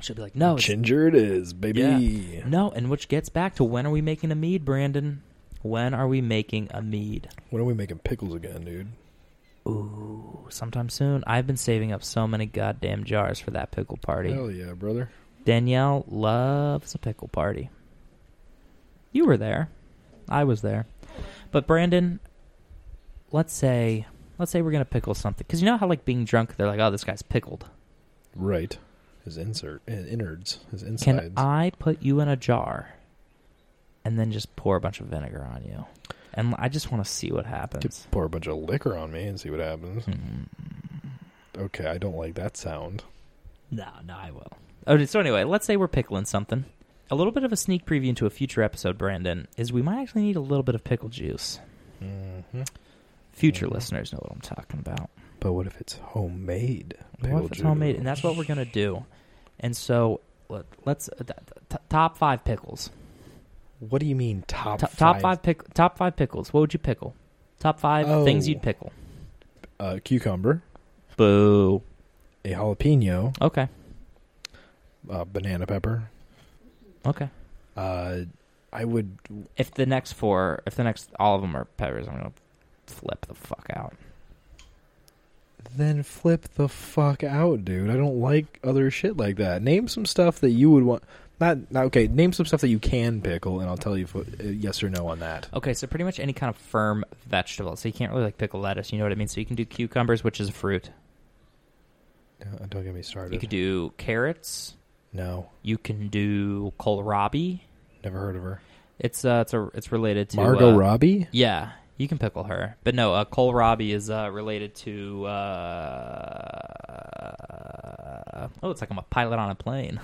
Speaker 2: She'll be like, no, it's
Speaker 1: Ginger it is, baby.
Speaker 2: Yeah. No, and which gets back to when are we making a mead, Brandon? When are we making a mead?
Speaker 1: When are we making pickles again, dude?
Speaker 2: Ooh, sometime soon. I've been saving up so many goddamn jars for that pickle party.
Speaker 1: Hell yeah, brother.
Speaker 2: Danielle loves a pickle party. You were there. I was there. But Brandon, let's say let's say we're gonna pickle something. Because you know how like being drunk, they're like, Oh, this guy's pickled.
Speaker 1: Right. His insert, his innards, his
Speaker 2: Can
Speaker 1: insides.
Speaker 2: I put you in a jar and then just pour a bunch of vinegar on you? And I just want to see what
Speaker 1: Could
Speaker 2: happens.
Speaker 1: pour a bunch of liquor on me and see what happens.
Speaker 2: Mm,
Speaker 1: Okay, I don't like that sound.
Speaker 2: No, no, I will. Oh, so anyway, let's say we're pickling something. A little bit of a sneak preview into a future episode, Brandon, is we might actually need a little bit of pickle juice.
Speaker 1: hmm
Speaker 2: Future
Speaker 1: Mhm.
Speaker 2: listeners know what I'm talking about.
Speaker 1: But what if it's homemade?
Speaker 2: What
Speaker 1: pickle
Speaker 2: if it's homemade?
Speaker 1: juice?
Speaker 2: And that's what we're gonna do. And so let, let's uh, th- th- top five pickles.
Speaker 1: What do you mean top
Speaker 2: Top,
Speaker 1: five?
Speaker 2: top five pick. Top five pickles. What would you pickle? Top five things
Speaker 1: Oh.
Speaker 2: you'd pickle.
Speaker 1: Uh, cucumber,
Speaker 2: Boo.
Speaker 1: a jalapeno,
Speaker 2: Okay.
Speaker 1: uh, banana pepper.
Speaker 2: Okay.
Speaker 1: Uh, I would.
Speaker 2: If the next four, if the next all of them are peppers, I'm gonna flip the fuck out.
Speaker 1: Then flip the fuck out, dude. I don't like other shit like that. Name some stuff that you would want. Not, not okay. Name some stuff that you can pickle, and I'll tell you if, uh, yes or no on that.
Speaker 2: Okay, so pretty much any kind of firm vegetable. So you can't really like pickle lettuce. You know what I mean? So you can do cucumbers, which is a fruit.
Speaker 1: Uh, don't get me started.
Speaker 2: You could do carrots.
Speaker 1: no,
Speaker 2: You can do kohlrabi.
Speaker 1: never heard of her.
Speaker 2: It's uh, it's a, it's related to
Speaker 1: Margot
Speaker 2: uh,
Speaker 1: Robbie.
Speaker 2: Yeah, you can pickle her, but no, uh, kohlrabi is uh, related to. Uh, oh, it's like I'm a pilot on a plane.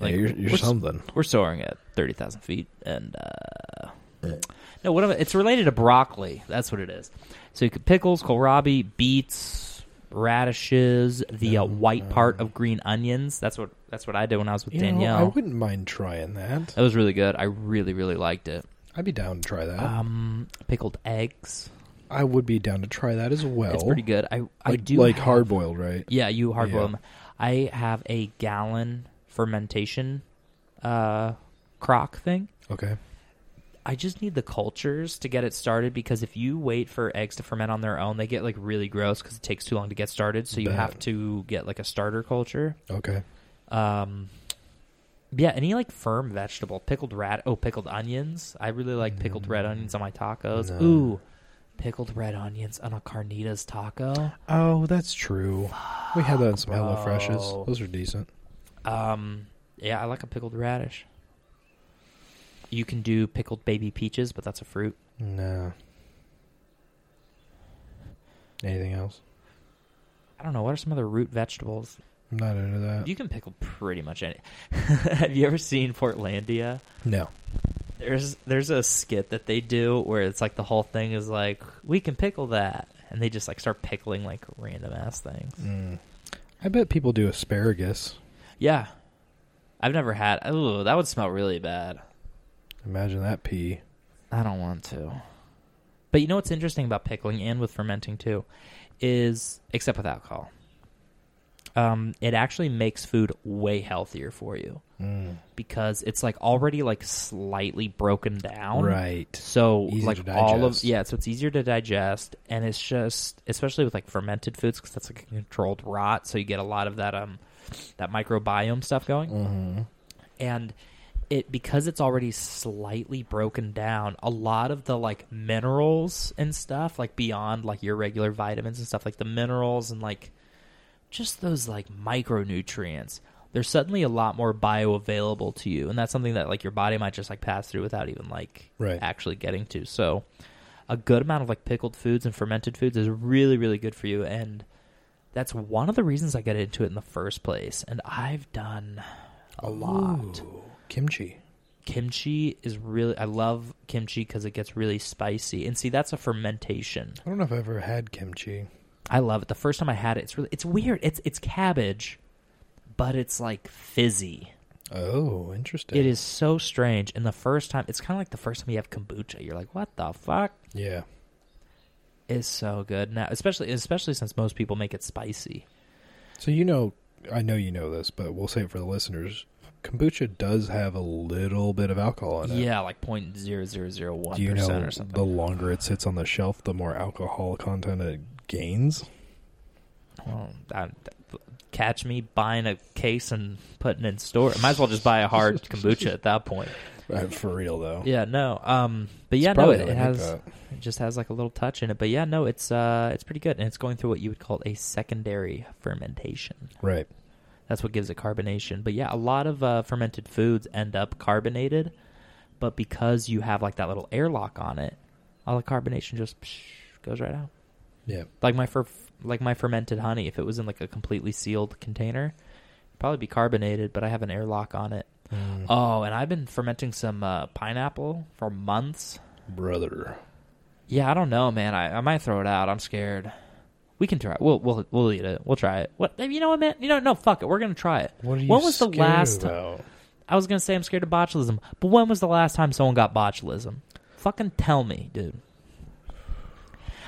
Speaker 1: yeah, you're,
Speaker 2: we're
Speaker 1: you're
Speaker 2: s-
Speaker 1: something.
Speaker 2: We're soaring at thirty thousand feet, and uh, no, what am I- it's related to broccoli. That's what it is. So you could pickles, kohlrabi, beets, radishes, the uh,
Speaker 1: Mm-hmm.
Speaker 2: white part of green onions. That's what that's what I did when I was with
Speaker 1: You know, I
Speaker 2: Danielle.
Speaker 1: wouldn't mind trying that.
Speaker 2: that was really good. I really really liked it.
Speaker 1: Oh.
Speaker 2: Uh,
Speaker 1: I'd be down to try that.
Speaker 2: Um, pickled eggs.
Speaker 1: I would be down to try that as well.
Speaker 2: it's pretty good. I I
Speaker 1: Oh. Like,
Speaker 2: do
Speaker 1: like
Speaker 2: have-
Speaker 1: hard boiled, right?
Speaker 2: Yeah, you hard boil
Speaker 1: Yeah.
Speaker 2: them. I have a gallon fermentation uh, crock thing.
Speaker 1: Okay.
Speaker 2: I just need the cultures to get it started because if you wait for eggs to ferment on their own, they get like really gross because it takes too long to get started. So you
Speaker 1: Bet.
Speaker 2: have to get like a starter culture.
Speaker 1: Okay.
Speaker 2: Um, yeah, any like firm vegetable, pickled rat, oh pickled onions. I really like pickled red onions on my tacos.
Speaker 1: Mm. No.
Speaker 2: Ooh, pickled red onions on a carnitas taco.
Speaker 1: Oh, that's true. We had that in some
Speaker 2: Fuck,
Speaker 1: Hello Freshes.
Speaker 2: bro.
Speaker 1: Those are decent.
Speaker 2: Um, yeah, I like a pickled radish. You can do pickled baby peaches, but that's a fruit.
Speaker 1: Nah. Anything else?
Speaker 2: I don't know. What are some other root vegetables?
Speaker 1: I'm not into that.
Speaker 2: You can pickle pretty much any. [LAUGHS] Have you ever seen Portlandia?
Speaker 1: no.
Speaker 2: There's there's a skit that they do where it's like the whole thing is like we can pickle that, and they just like start pickling like random ass things.
Speaker 1: Mm. I bet people do asparagus.
Speaker 2: Yeah, I've never had. Oh, that would smell really bad.
Speaker 1: Imagine that pea.
Speaker 2: I don't want to. But you know what's interesting about pickling and with fermenting too is except with alcohol. Um, it actually makes food way healthier for you
Speaker 1: Mm.
Speaker 2: because it's like already like slightly broken down.
Speaker 1: Right.
Speaker 2: So
Speaker 1: Easy
Speaker 2: like
Speaker 1: to
Speaker 2: all of
Speaker 1: digest.
Speaker 2: yeah, so it's easier to digest and it's just especially with like fermented foods cuz that's like a controlled rot, so you get a lot of that um that microbiome stuff going
Speaker 1: Mm-hmm.
Speaker 2: and it because it's already slightly broken down a lot of the like minerals and stuff like beyond like your regular vitamins and stuff like the minerals and like just those like micronutrients they're suddenly a lot more bioavailable to you and that's something that like your body might just like pass through without even like
Speaker 1: Right.
Speaker 2: actually getting to so a good amount of like pickled foods and fermented foods is really really good for you and that's one of the reasons i got into it in the first place and i've done a lot
Speaker 1: Kimchi.
Speaker 2: kimchi is really i love kimchi because it gets really spicy and see that's a fermentation
Speaker 1: I don't know if I've ever had kimchi.
Speaker 2: i love it the first time i had it it's really it's weird it's it's cabbage but it's like fizzy
Speaker 1: Oh, interesting.
Speaker 2: it is so strange and the first time it's kind of like the first time you have kombucha you're like what the fuck
Speaker 1: Yeah.
Speaker 2: is so good now especially especially since most people make it spicy
Speaker 1: So you know, I know you know this, but we'll say it for the listeners. Kombucha does have a little bit of alcohol in it.
Speaker 2: yeah like 0.0001%
Speaker 1: uh, Do you know
Speaker 2: or something
Speaker 1: the longer it sits on the shelf, the more alcohol content it gains?
Speaker 2: Well, I, catch me buying a case and putting it in store. I might as well just buy
Speaker 1: [LAUGHS]
Speaker 2: a hard kombucha at that point.
Speaker 1: Uh, for real, though.
Speaker 2: Yeah, no. Um, but
Speaker 1: It's
Speaker 2: yeah, no,
Speaker 1: probably
Speaker 2: it,
Speaker 1: how
Speaker 2: it
Speaker 1: they make
Speaker 2: has
Speaker 1: that.
Speaker 2: it just has like a little touch in it. But yeah, no, it's uh, it's pretty good, and it's going through what you would call a secondary fermentation.
Speaker 1: Right.
Speaker 2: That's what gives it carbonation. But yeah, a lot of uh, fermented foods end up carbonated, but because you have like that little airlock on it, all the carbonation just psh, goes right out
Speaker 1: Yeah.
Speaker 2: like my fer- like my fermented honey if it was in like a completely sealed container it'd probably be carbonated but i have an airlock on it
Speaker 1: Mm.
Speaker 2: oh and i've been fermenting some uh, pineapple for months
Speaker 1: Brother.
Speaker 2: yeah i don't know man I, I might throw it out i'm scared we can try it. We'll we'll we'll eat it. We'll try it. What you know what man? You know no fuck it. We're gonna try it.
Speaker 1: What are you
Speaker 2: when was the
Speaker 1: scared
Speaker 2: last time?
Speaker 1: about?
Speaker 2: I was gonna say I'm scared of botulism, but when was the last time someone got botulism? Fucking tell me, dude.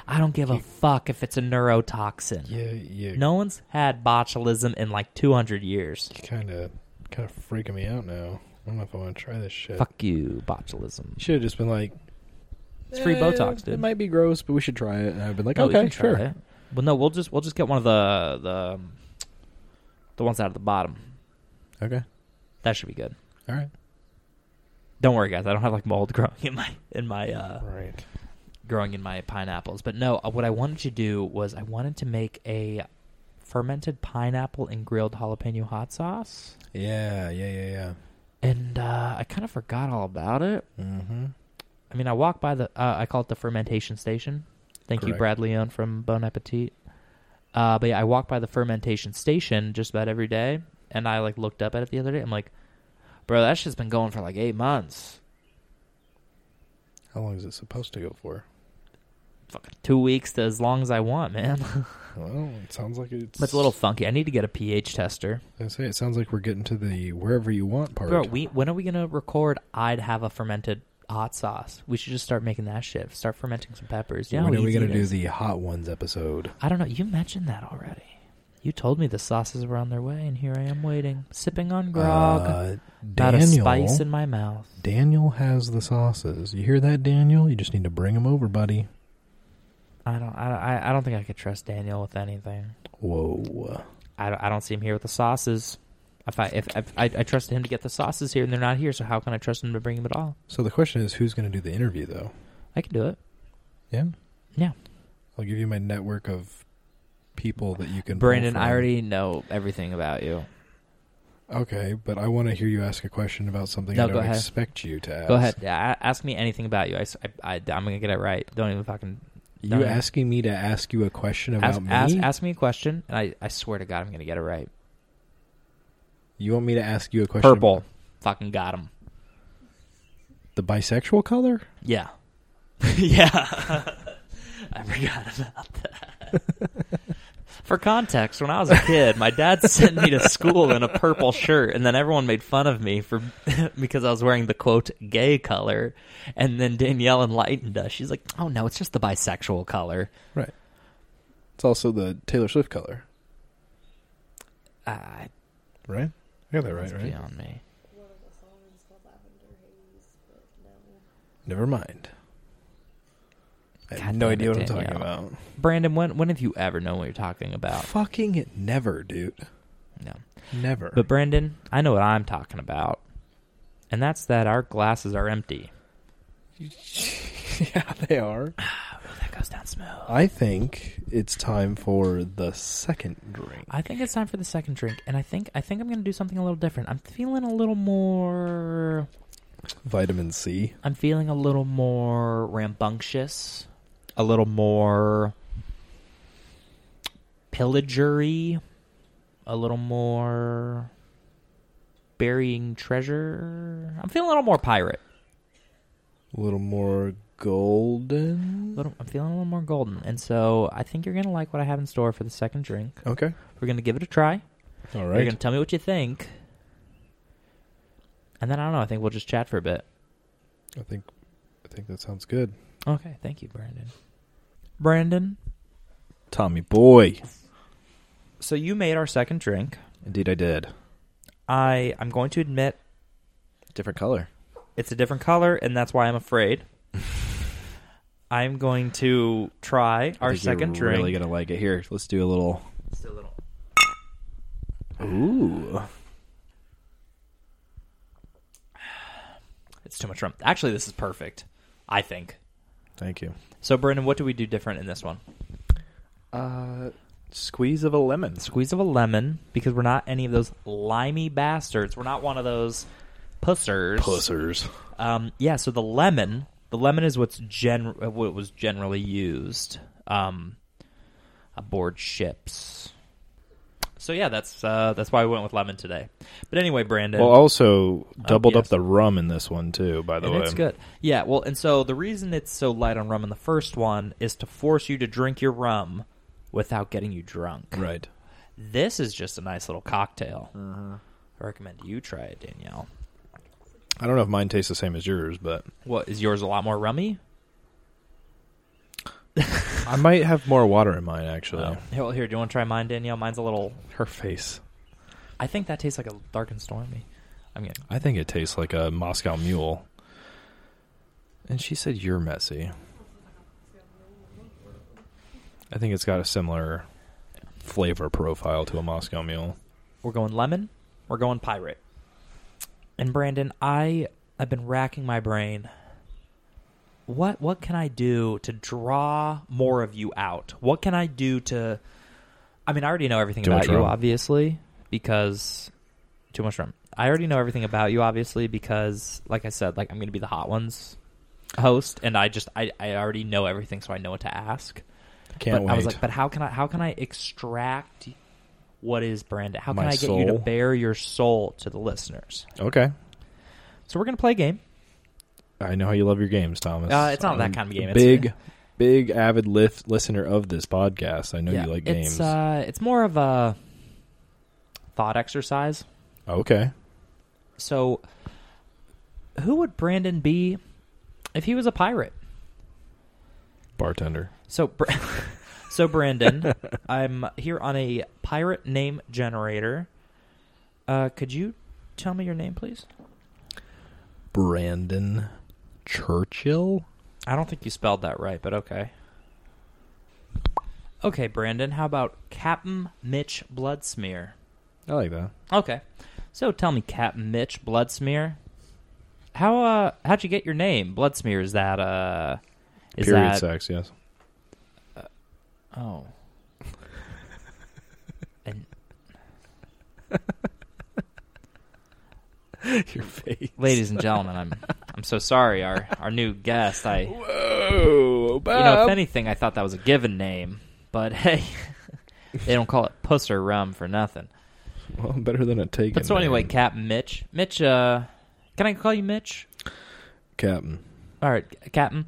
Speaker 2: I don't give a fuck if it's a neurotoxin.
Speaker 1: Yeah, yeah.
Speaker 2: No one's had botulism in like 200 years.
Speaker 1: Kind of, kind of freaking me out now. I don't know if I want to try this shit.
Speaker 2: Fuck you, botulism.
Speaker 1: Should have just been like,
Speaker 2: It's free
Speaker 1: "Eh,
Speaker 2: Botox, dude."
Speaker 1: It might be gross, but we should try it. And I've been like,
Speaker 2: No, we
Speaker 1: okay,
Speaker 2: can try
Speaker 1: sure.
Speaker 2: it. Well, no, we'll just we'll just get one of the the um, the ones out of the bottom.
Speaker 1: Okay,
Speaker 2: That should be good.
Speaker 1: all right,
Speaker 2: Don't worry, guys. I don't have like mold [LAUGHS] growing in my in my uh,
Speaker 1: right.
Speaker 2: growing in my pineapples. But no, what I wanted to do was I wanted to make a fermented pineapple and grilled jalapeno hot sauce,
Speaker 1: Yeah, yeah, yeah,
Speaker 2: and uh, I kind of forgot all about it.
Speaker 1: yeah. Mm-hmm.
Speaker 2: I mean, I walk by the. Uh, I call it the fermentation station. Thank you,
Speaker 1: Correct.
Speaker 2: Brad Leon from Bon Appetit. Uh, but yeah, I walk by the fermentation station just about every day, and I like looked up at it the other day. I'm like, bro, that shit's been going for like eight months,
Speaker 1: How long is it supposed to go for?
Speaker 2: fucking two weeks to as long as I want, man.
Speaker 1: Well, it sounds like it's.
Speaker 2: but it's a little funky. I need to get a pH tester,
Speaker 1: I say it sounds like we're getting to the wherever you want part.
Speaker 2: bro. We when are we gonna record? I'd have a fermented. hot sauce. We should just start making that shit. Start fermenting some peppers. Yeah,
Speaker 1: when are we
Speaker 2: can
Speaker 1: gonna do
Speaker 2: this.
Speaker 1: the hot ones episode?
Speaker 2: I don't know. You mentioned that already. You told me the sauces were on their way, and here I am waiting, sipping on grog,
Speaker 1: Uh,
Speaker 2: not a
Speaker 1: Daniel,
Speaker 2: spice in my mouth.
Speaker 1: Daniel has the sauces. You hear that, Daniel? You just need to bring them over, buddy.
Speaker 2: I don't. I, I, I don't think I could trust Daniel with anything.
Speaker 1: Whoa.
Speaker 2: I don't, I don't see him here with the sauces. If I if, if I, I trusted him to get the sauces here, and they're not here, so how can I trust him to bring them at all?
Speaker 1: So the question is, who's going to do the interview, though?
Speaker 2: I can do it.
Speaker 1: Yeah.
Speaker 2: Yeah.
Speaker 1: I'll give you my network of people that you can. pull
Speaker 2: Brandon,
Speaker 1: from.
Speaker 2: I already know everything about you.
Speaker 1: Okay, but I want to hear you ask a question about something
Speaker 2: No,
Speaker 1: I
Speaker 2: go
Speaker 1: don't
Speaker 2: ahead.
Speaker 1: expect you to ask.
Speaker 2: Go ahead. Yeah, a- ask me anything about you. I, am gonna get it right. Don't even fucking
Speaker 1: You
Speaker 2: No, no.
Speaker 1: asking me to ask you a question about
Speaker 2: ask,
Speaker 1: me?
Speaker 2: ask ask me a question, and I, I swear to God, I'm gonna get it right.
Speaker 1: you want me to ask you a question?
Speaker 2: Purple, fucking got him.
Speaker 1: about The bisexual color?
Speaker 2: Yeah, [LAUGHS] yeah. [LAUGHS] I forgot about that. [LAUGHS] For context, when I was a kid, my dad [LAUGHS] sent me to school in a purple shirt, and then everyone made fun of me for [LAUGHS] because I was wearing the quote gay color. And then Danielle enlightened us. She's like, "Oh no, it's just the bisexual color."
Speaker 1: Right. It's also the Taylor Swift color,
Speaker 2: I
Speaker 1: right? I got that
Speaker 2: Ah,
Speaker 1: right,
Speaker 2: That's
Speaker 1: right?
Speaker 2: beyond me.
Speaker 1: Never mind. I have
Speaker 2: God
Speaker 1: no
Speaker 2: damn
Speaker 1: idea
Speaker 2: it,
Speaker 1: what I'm talking
Speaker 2: Danielle.
Speaker 1: about.
Speaker 2: Brandon, when when have you ever known what you're talking about?
Speaker 1: Fucking never, dude.
Speaker 2: No.
Speaker 1: Never. [LAUGHS]
Speaker 2: But Brandon, I know what I'm talking about. And that's that our glasses are empty.
Speaker 1: yeah, they are.
Speaker 2: Ah, That goes down smooth.
Speaker 1: I think it's time for the second drink.
Speaker 2: I think it's time for the second drink, and I think I think I'm gonna do something a little different. I'm feeling a little more
Speaker 1: Vitamin C.
Speaker 2: I'm feeling a little more rambunctious, a little more pillagery, a little more burying treasure. I'm feeling a little more pirate.
Speaker 1: A little more golden.
Speaker 2: A little, I'm feeling a little more golden, and so I think you're gonna like what I have in store for the second drink.
Speaker 1: Okay.
Speaker 2: We're gonna give it a try.
Speaker 1: All
Speaker 2: You're
Speaker 1: right.
Speaker 2: gonna tell me what you think, and then I don't know. I think we'll just chat for a bit.
Speaker 1: I think I think that sounds good.
Speaker 2: Okay, thank you, Brandon. Brandon,
Speaker 1: Tommy boy.
Speaker 2: so you made our second drink.
Speaker 1: Indeed I did.
Speaker 2: I I'm going to admit
Speaker 1: Different color.
Speaker 2: it's a different color, and that's why
Speaker 1: [LAUGHS]
Speaker 2: I'm afraid. I'm going to try our second drink.
Speaker 1: Really gonna like it. Here, let's do a little.
Speaker 2: Just a little-
Speaker 1: Ooh.
Speaker 2: It's too much rum. Actually, this is perfect. I think.
Speaker 1: Thank you.
Speaker 2: So, Brandon, what do we do different in this one?
Speaker 1: Uh, squeeze of a lemon.
Speaker 2: Squeeze of a lemon because we're not any of those limey bastards. We're not one of those pussers.
Speaker 1: Pussers.
Speaker 2: Um, yeah. So the lemon, the lemon is what's gen uh, what was generally used um, aboard ships. So yeah, that's uh, that's why we went with lemon today. But anyway, Brandon,
Speaker 1: Well, also doubled
Speaker 2: yes.
Speaker 1: up the rum in this one too. By the
Speaker 2: and
Speaker 1: way,
Speaker 2: it's good. Yeah. Well, and so the reason it's so light on rum in the first one is to force you to drink your rum without getting you drunk.
Speaker 1: Right.
Speaker 2: This is just a nice little cocktail.
Speaker 1: Uh-huh.
Speaker 2: I recommend you try it, Danielle.
Speaker 1: I don't know if mine tastes the same as yours, but
Speaker 2: What is yours? A lot more rummy.
Speaker 1: I might have more water in mine actually.
Speaker 2: Oh. Here, well, here, do you want to try mine, Danielle? Mine's a little.
Speaker 1: Her face.
Speaker 2: I think that tastes like a dark and stormy. I'm getting.
Speaker 1: I think it tastes like a Moscow Mule. And she said you're messy. I think it's got a similar flavor profile to a Moscow Mule.
Speaker 2: We're going lemon. We're going pirate. And Brandon, I I've been racking my brain. What what can I do to draw more of you out? What can I do to? I mean, I already know everything
Speaker 1: Too
Speaker 2: about
Speaker 1: much
Speaker 2: you,
Speaker 1: rum.
Speaker 2: obviously, because too much rum. I already know everything about you, obviously, because like I said, like I'm going to be the hot ones host, and I just I I already know everything, so I know what to ask.
Speaker 1: Can't
Speaker 2: but
Speaker 1: wait.
Speaker 2: I was like, but how can I how can I extract what is Brandon? How can
Speaker 1: My
Speaker 2: I get you to
Speaker 1: soul.
Speaker 2: bare your soul to the listeners?
Speaker 1: okay.
Speaker 2: So we're gonna play a game.
Speaker 1: I know how you love your games, Thomas.
Speaker 2: Uh, it's not that kind of game. It's-
Speaker 1: Big, big avid lif- listener of this podcast. I know you like games.
Speaker 2: It's uh, it's more of a thought exercise.
Speaker 1: okay.
Speaker 2: So who would Brandon be If he was a pirate.
Speaker 1: Bartender.
Speaker 2: So, Br- [LAUGHS] so
Speaker 1: [LAUGHS]
Speaker 2: Brandon, I'm here on a pirate name generator. Uh, could you tell me your name, please?
Speaker 1: Brandon Churchill?
Speaker 2: I don't think you spelled that right, but okay. Okay, Brandon, how about Captain Mitch Bloodsmear?
Speaker 1: I like that.
Speaker 2: Okay. So tell me, Captain Mitch Bloodsmear, how uh how'd you get your name? Bloodsmear is that uh is
Speaker 1: Period
Speaker 2: that
Speaker 1: sex, yes.
Speaker 2: oh and
Speaker 1: [LAUGHS] Your face.
Speaker 2: ladies and gentlemen, I'm I'm so sorry our our new guest. I you
Speaker 1: Whoa, Bob.
Speaker 2: know if anything I thought that was a given name, but [LAUGHS] hey, they don't call it puss or rum for nothing.
Speaker 1: well, better than a taken.
Speaker 2: But so anyway,
Speaker 1: name.
Speaker 2: Captain Mitch, Mitch, uh, can I call you Mitch?
Speaker 1: Captain.
Speaker 2: All right, Captain.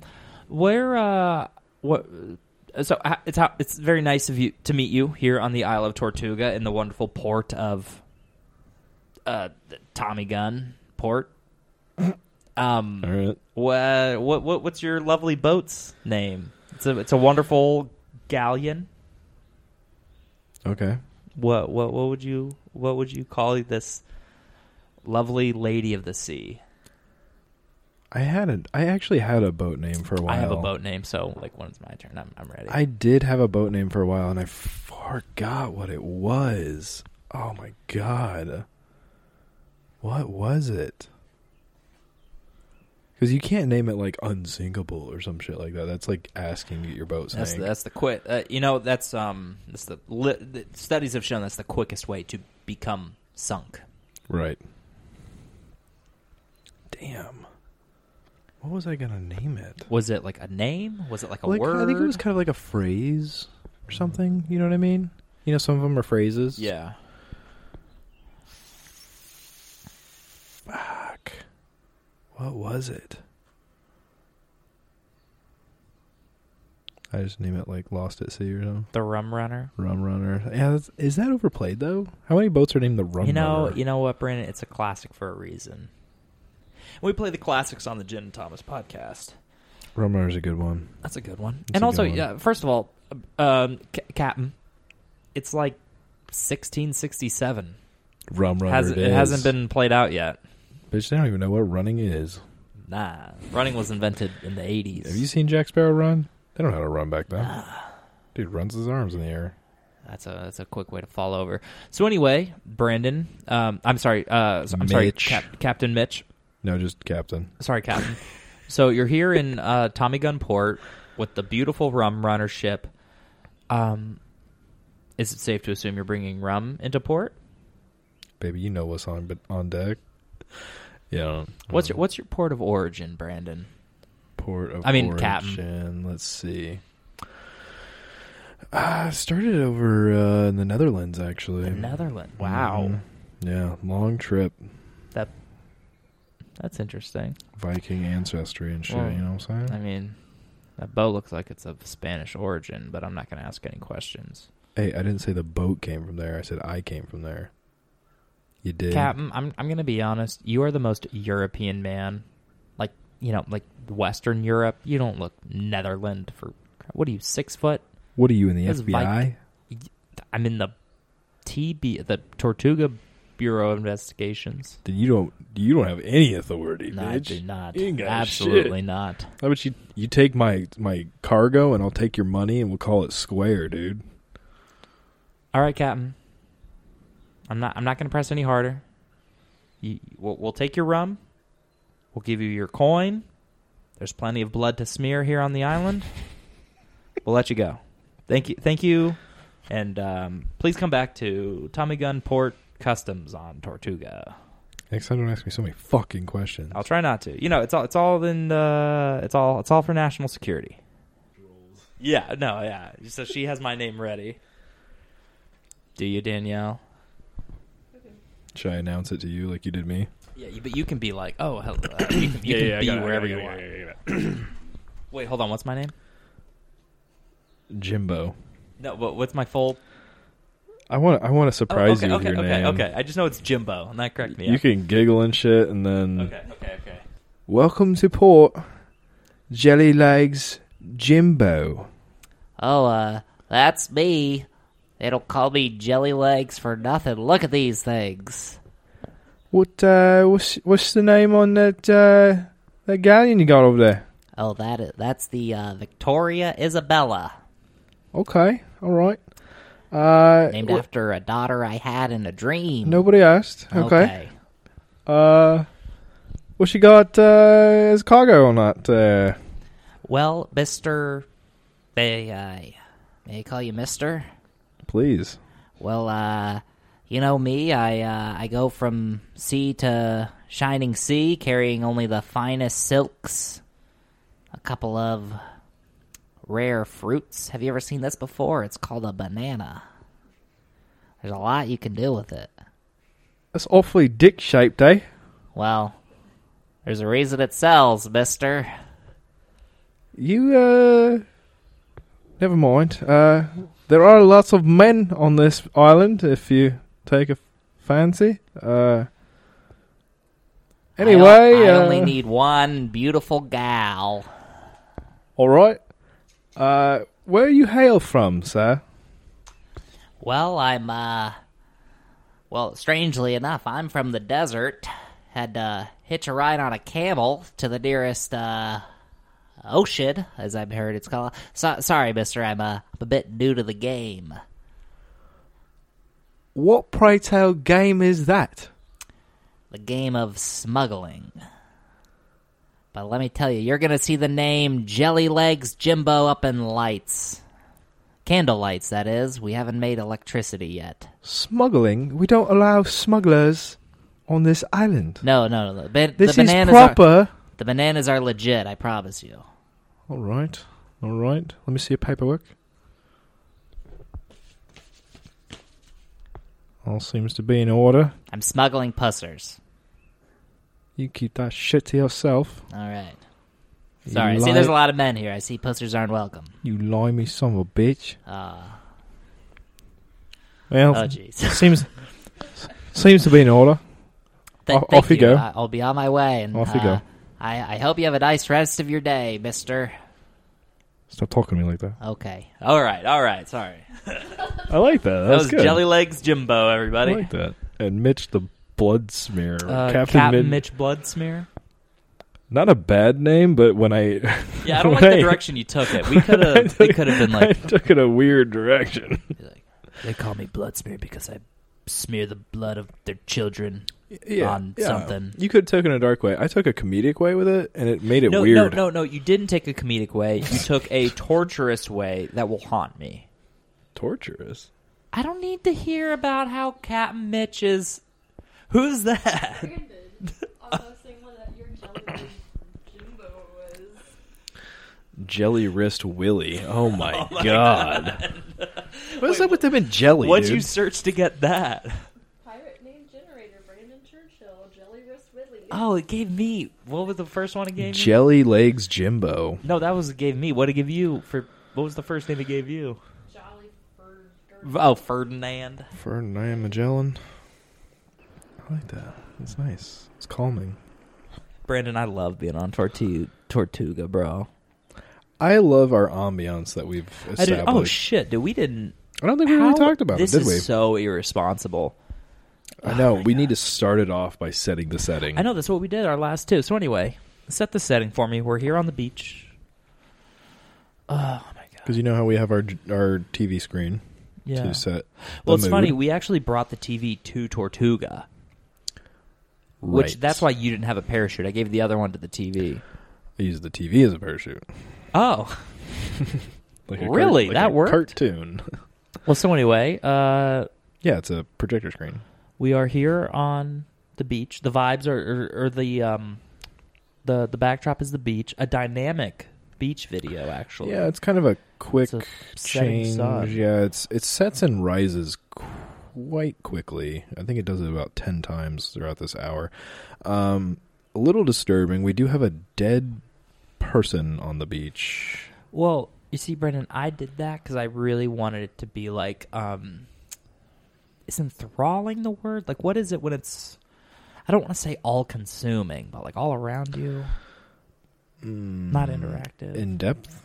Speaker 2: Where uh what so uh, it's how it's very nice of you to meet you here on the Isle of Tortuga in the wonderful port of uh the Tommy Gun
Speaker 1: [COUGHS]
Speaker 2: port. Um
Speaker 1: All right.
Speaker 2: wha- what what what's your lovely boat's name? It's a it's a wonderful galleon.
Speaker 1: Okay.
Speaker 2: What what what would you what would you call this lovely lady of the sea?
Speaker 1: I had a I actually had a boat name for a while.
Speaker 2: I have a boat name, so like when it's my turn, I'm I'm ready.
Speaker 1: I did have a boat name for a while and I forgot what it was. Oh my god. What was it? Because you can't name it like unsinkable or some shit like that. That's like asking to get your boat sank.
Speaker 2: That's the, that's the quit. Uh, you know, that's um, that's the, li- the studies have shown that's the quickest way to become sunk.
Speaker 1: Right. Damn. What was I gonna name it?
Speaker 2: Was it like a name? Was it like a
Speaker 1: Like,
Speaker 2: word?
Speaker 1: I think it was kind of like a phrase or something. You know what I mean? You know, some of them are phrases.
Speaker 2: yeah.
Speaker 1: Fuck. What was it? I just name it like Lost at Sea or something.
Speaker 2: The rum runner.
Speaker 1: Rum Runner. Yeah, that's, is that overplayed though? How many boats are named the Rum
Speaker 2: you know,
Speaker 1: Runner?
Speaker 2: you know what, Brandon? It's a classic for a reason. We play the classics on the Gin and Thomas podcast.
Speaker 1: Rum Runner's a good one.
Speaker 2: That's a good one.
Speaker 1: That's
Speaker 2: and
Speaker 1: a
Speaker 2: also,
Speaker 1: good one.
Speaker 2: yeah, first of all, um, C- Captain, it's like 1667.
Speaker 1: Rum Runner.
Speaker 2: Has, it
Speaker 1: is.
Speaker 2: hasn't been played out yet.
Speaker 1: Bitch, they don't even know what running is.
Speaker 2: Nah, running was invented in the 80s.
Speaker 1: Have you seen Jack Sparrow run? They don't know how to run back then.
Speaker 2: Ah.
Speaker 1: Dude runs his arms in the air.
Speaker 2: That's a that's a quick way to fall over. So anyway, Brandon, um, I'm sorry, uh, so- I'm sorry,
Speaker 1: Mitch.
Speaker 2: Cap- Captain Mitch.
Speaker 1: No, just captain.
Speaker 2: Sorry, Captain. so you're here in uh, Tommy Gun Port with the beautiful rum runner ship. Um, is it safe to assume you're bringing rum into port?
Speaker 1: Baby, you know what's on but on deck. Yeah. I don't- I
Speaker 2: What's
Speaker 1: don't
Speaker 2: your what's your port of origin, Brandon?
Speaker 1: port of
Speaker 2: I mean,
Speaker 1: origin.
Speaker 2: captain.
Speaker 1: Let's see. I started over uh, in the Netherlands actually.
Speaker 2: The Netherlands. Mm-hmm. Wow,
Speaker 1: Mhm. Yeah, long trip,
Speaker 2: that that's interesting.
Speaker 1: Viking ancestry and shit.
Speaker 2: Well,
Speaker 1: you know what I'm saying?
Speaker 2: I mean, that boat looks like it's of Spanish origin, but I'm not going to ask any questions.
Speaker 1: hey, I didn't say the boat came from there. I said I came from there. You did.
Speaker 2: Captain, I'm I'm gonna be honest. You are the most European man, like you know, like Western Europe. You don't look Netherland for what are you six foot?
Speaker 1: What are you in the
Speaker 2: That's
Speaker 1: FBI?
Speaker 2: I'm in the TB, the Tortuga Bureau of Investigations.
Speaker 1: Then you don't you don't have any authority,
Speaker 2: No, I
Speaker 1: bitch.
Speaker 2: do not.
Speaker 1: You ain't got
Speaker 2: Absolutely
Speaker 1: shit.
Speaker 2: not.
Speaker 1: How about you you take my my cargo and I'll take your money and we'll call it square, dude.
Speaker 2: All right, Captain. I'm not. I'm not gonna press any harder. You, we'll, we'll take your rum. We'll give you your coin. There's plenty of blood to smear here on the island. we'll let you go. Thank you. Thank you. And um, please come back to Tommy Gun Port Customs on Tortuga.
Speaker 1: Next time, don't ask me so many fucking questions.
Speaker 2: I'll try not to. You know, it's all. It's all in the. It's all. It's all for national security. Yeah. No. Yeah. So she has my name ready. Do you, Danielle?
Speaker 1: Should I announce it to you like you did me?
Speaker 2: Yeah, you- but you can be like, oh, hello. uh, you
Speaker 1: [COUGHS]
Speaker 2: can, you
Speaker 3: yeah,
Speaker 2: can
Speaker 3: yeah, I
Speaker 2: be
Speaker 3: got it, I got
Speaker 2: wherever
Speaker 3: it, I
Speaker 2: you
Speaker 3: got
Speaker 2: want.
Speaker 3: it, I got it, I got
Speaker 2: Wait, hold on. What's my name?
Speaker 1: Jimbo.
Speaker 2: No, what, what's my full?
Speaker 1: I want I want to
Speaker 2: Oh,
Speaker 1: surprise
Speaker 2: okay,
Speaker 1: you
Speaker 2: okay,
Speaker 1: with your
Speaker 2: okay,
Speaker 1: name.
Speaker 2: okay. I just know it's Jimbo, and that correct me.
Speaker 1: You
Speaker 2: up.
Speaker 1: can giggle and shit, and then
Speaker 2: Okay, okay, okay.
Speaker 1: welcome to port. Jelly Legs Jimbo.
Speaker 5: Oh, uh, that's me. They don't call me jelly legs for nothing. Look at these things.
Speaker 1: What uh, what's what's the name on that uh, that galleon you got over there?
Speaker 5: Oh, that is, that's the uh, Victoria Isabella,
Speaker 1: Okay, all right. Uh,
Speaker 5: named
Speaker 1: wh-
Speaker 5: after a daughter I had in a dream.
Speaker 1: nobody asked. Okay.
Speaker 5: Okay.
Speaker 1: Uh, what you got uh, as cargo on that? Uh,
Speaker 5: Well, Mister, may I may I call you Mister?
Speaker 1: please.
Speaker 5: Well, uh, you know me. I uh, I go from sea to shining sea, carrying only the finest silks, a couple of rare fruits. Have you ever seen this before? It's called a banana. There's a lot you can do with it.
Speaker 1: That's awfully dick shaped, eh?
Speaker 5: Well, there's a reason it sells, Mister.
Speaker 1: You uh, never mind. Uh, there are lots of men on this island if you take a fancy. Uh,
Speaker 5: I on-
Speaker 1: anyway,
Speaker 5: I,
Speaker 1: uh,
Speaker 5: only need one beautiful gal.
Speaker 1: all right. Uh, where you hail from, sir?
Speaker 5: Well, I'm uh well, strangely enough, I'm from the desert. Had to hitch a ride on a camel to the nearest uh ocean, as I've heard it's called. So- sorry, mister, I'm uh, a bit new to the game.
Speaker 1: What pray tell game is that?
Speaker 5: The game of smuggling. But let me tell you, you're gonna see the name Jelly Legs Jimbo up in lights. Candle lights, that is. We haven't made electricity yet.
Speaker 1: Smuggling? We don't allow smugglers on this island.
Speaker 5: No, no, no. The, ban-
Speaker 1: This
Speaker 5: the
Speaker 1: is
Speaker 5: bananas are-
Speaker 1: proper.
Speaker 5: The bananas are legit, I promise you.
Speaker 1: All right, all right. Let me see your paperwork. All seems to be in order.
Speaker 5: I'm smuggling pussers.
Speaker 1: You keep that shit to yourself.
Speaker 5: All right.
Speaker 1: You
Speaker 5: Sorry. I see,
Speaker 1: li-
Speaker 5: there's a lot of men here. I see pussers aren't welcome.
Speaker 1: You limey son of a bitch.
Speaker 5: Uh, oh,
Speaker 1: Well,
Speaker 5: [LAUGHS] jeez.
Speaker 1: seems seems to be in order.
Speaker 5: Th-
Speaker 1: Off-
Speaker 5: thank
Speaker 1: off you go.
Speaker 5: I- I'll be on my way. And,
Speaker 1: Off you
Speaker 5: uh,
Speaker 1: go.
Speaker 5: I, I hope you have a nice rest of your day, mister.
Speaker 1: Stop talking to me like that.
Speaker 5: Okay.
Speaker 2: All right, all right. Sorry.
Speaker 1: I like that. That,
Speaker 2: That was Jelly Legs Jimbo, everybody.
Speaker 1: I like that. And Mitch the blood smear.
Speaker 2: Uh,
Speaker 1: Captain, Mid-
Speaker 2: Mitch Bloodsmear.
Speaker 1: Not a bad name, but when I [LAUGHS]
Speaker 2: Yeah, I don't like
Speaker 1: Wait.
Speaker 2: the direction you took it. We could have. we could have been
Speaker 1: I
Speaker 2: like,
Speaker 1: took it a weird direction.
Speaker 2: [LAUGHS]
Speaker 5: They call me Bloodsmear because I smear the blood of their children.
Speaker 1: yeah,
Speaker 5: on something.
Speaker 1: You could have taken it a dark way. I took a comedic way with it, and it made it
Speaker 2: no, no,
Speaker 1: weird.
Speaker 2: no, no. You didn't take a comedic way. You took a torturous way that will haunt me.
Speaker 1: Torturous.
Speaker 2: I don't need to hear about how Captain Mitch is. Who's that?
Speaker 1: Jelly wrist Willy. Oh
Speaker 2: [LAUGHS]
Speaker 1: my, god. What's up with them in jelly?
Speaker 2: What'd
Speaker 1: dude?
Speaker 2: you search to get that?
Speaker 4: Pirate name generator, Brandon Churchill, Jelly Wrist Whitley.
Speaker 2: Oh, it gave me. What was the first one it gave me?
Speaker 1: jelly legs Jimbo.
Speaker 2: No, that was it gave me. What it give you for? What was the first name it gave you?
Speaker 4: Jolly Bird.
Speaker 2: Oh, Ferdinand.
Speaker 1: Ferdinand Magellan. I like that. It's nice. It's calming.
Speaker 2: Brandon, I love being on Tortu- Tortuga, bro.
Speaker 1: I love our ambiance that we've
Speaker 2: I did,
Speaker 1: established.
Speaker 2: oh shit, dude, we didn't.
Speaker 1: I don't think we
Speaker 2: how-
Speaker 1: really talked about it,
Speaker 2: this
Speaker 1: did
Speaker 2: is
Speaker 1: we?
Speaker 2: so irresponsible.
Speaker 1: I know. we need to start it off by setting the setting.
Speaker 2: I know that's what we did our last two. So anyway, set the setting for me. We're here on the beach. Oh my god.
Speaker 1: Because you know how we have our our TV screen
Speaker 2: Yeah.
Speaker 1: to set.
Speaker 2: well,
Speaker 1: the
Speaker 2: it's funny.
Speaker 1: mood?
Speaker 2: We actually brought the TV to Tortuga, which
Speaker 1: Right.
Speaker 2: that's why you didn't have a parachute. I gave the other one to the TV.
Speaker 1: I use the TV as a parachute.
Speaker 2: Oh.
Speaker 1: Like a
Speaker 2: Really?
Speaker 1: Cart- like
Speaker 2: That
Speaker 1: a
Speaker 2: worked?
Speaker 1: Cartoon. [LAUGHS]
Speaker 2: Well, so anyway, uh
Speaker 1: yeah, it's a projector screen.
Speaker 2: we are here on the beach. The vibes are, are, are the um, the the backdrop is the beach. A dynamic beach video, actually.
Speaker 1: Yeah, it's kind of a quick
Speaker 2: It's a setting
Speaker 1: change.
Speaker 2: sun.
Speaker 1: Yeah, it's it sets and rises quite quickly. I think it does it about ten times throughout this hour. Um, a little disturbing. We do have a dead person on the beach.
Speaker 2: Well, you see, Brendan, I did that because I really wanted it to be like, um, is enthralling the word? Like, what is it when it's? I don't want to say all consuming, but like all around you. not interactive.
Speaker 1: Mm, in depth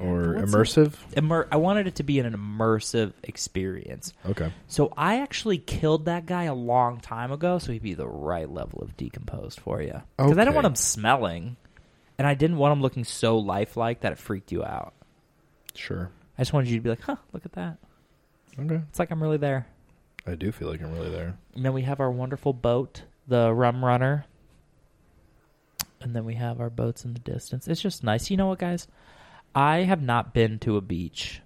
Speaker 1: or
Speaker 2: What's it-
Speaker 1: immersive.
Speaker 2: Immer- I wanted it to be an immersive experience.
Speaker 1: Okay.
Speaker 2: So I actually killed that guy a long time ago, so he'd be the right level of decomposed for you. Because I didn't
Speaker 1: Okay.
Speaker 2: want him smelling, and I didn't want him looking so lifelike that it freaked you out.
Speaker 1: Sure.
Speaker 2: I just wanted you to be like, huh, look at that.
Speaker 1: Okay.
Speaker 2: It's like I'm really there.
Speaker 1: I do feel like I'm really there.
Speaker 2: And then we have our wonderful boat, the Rum Runner. And then we have our boats in the distance. It's just nice. You know what, guys? I have not been to a beach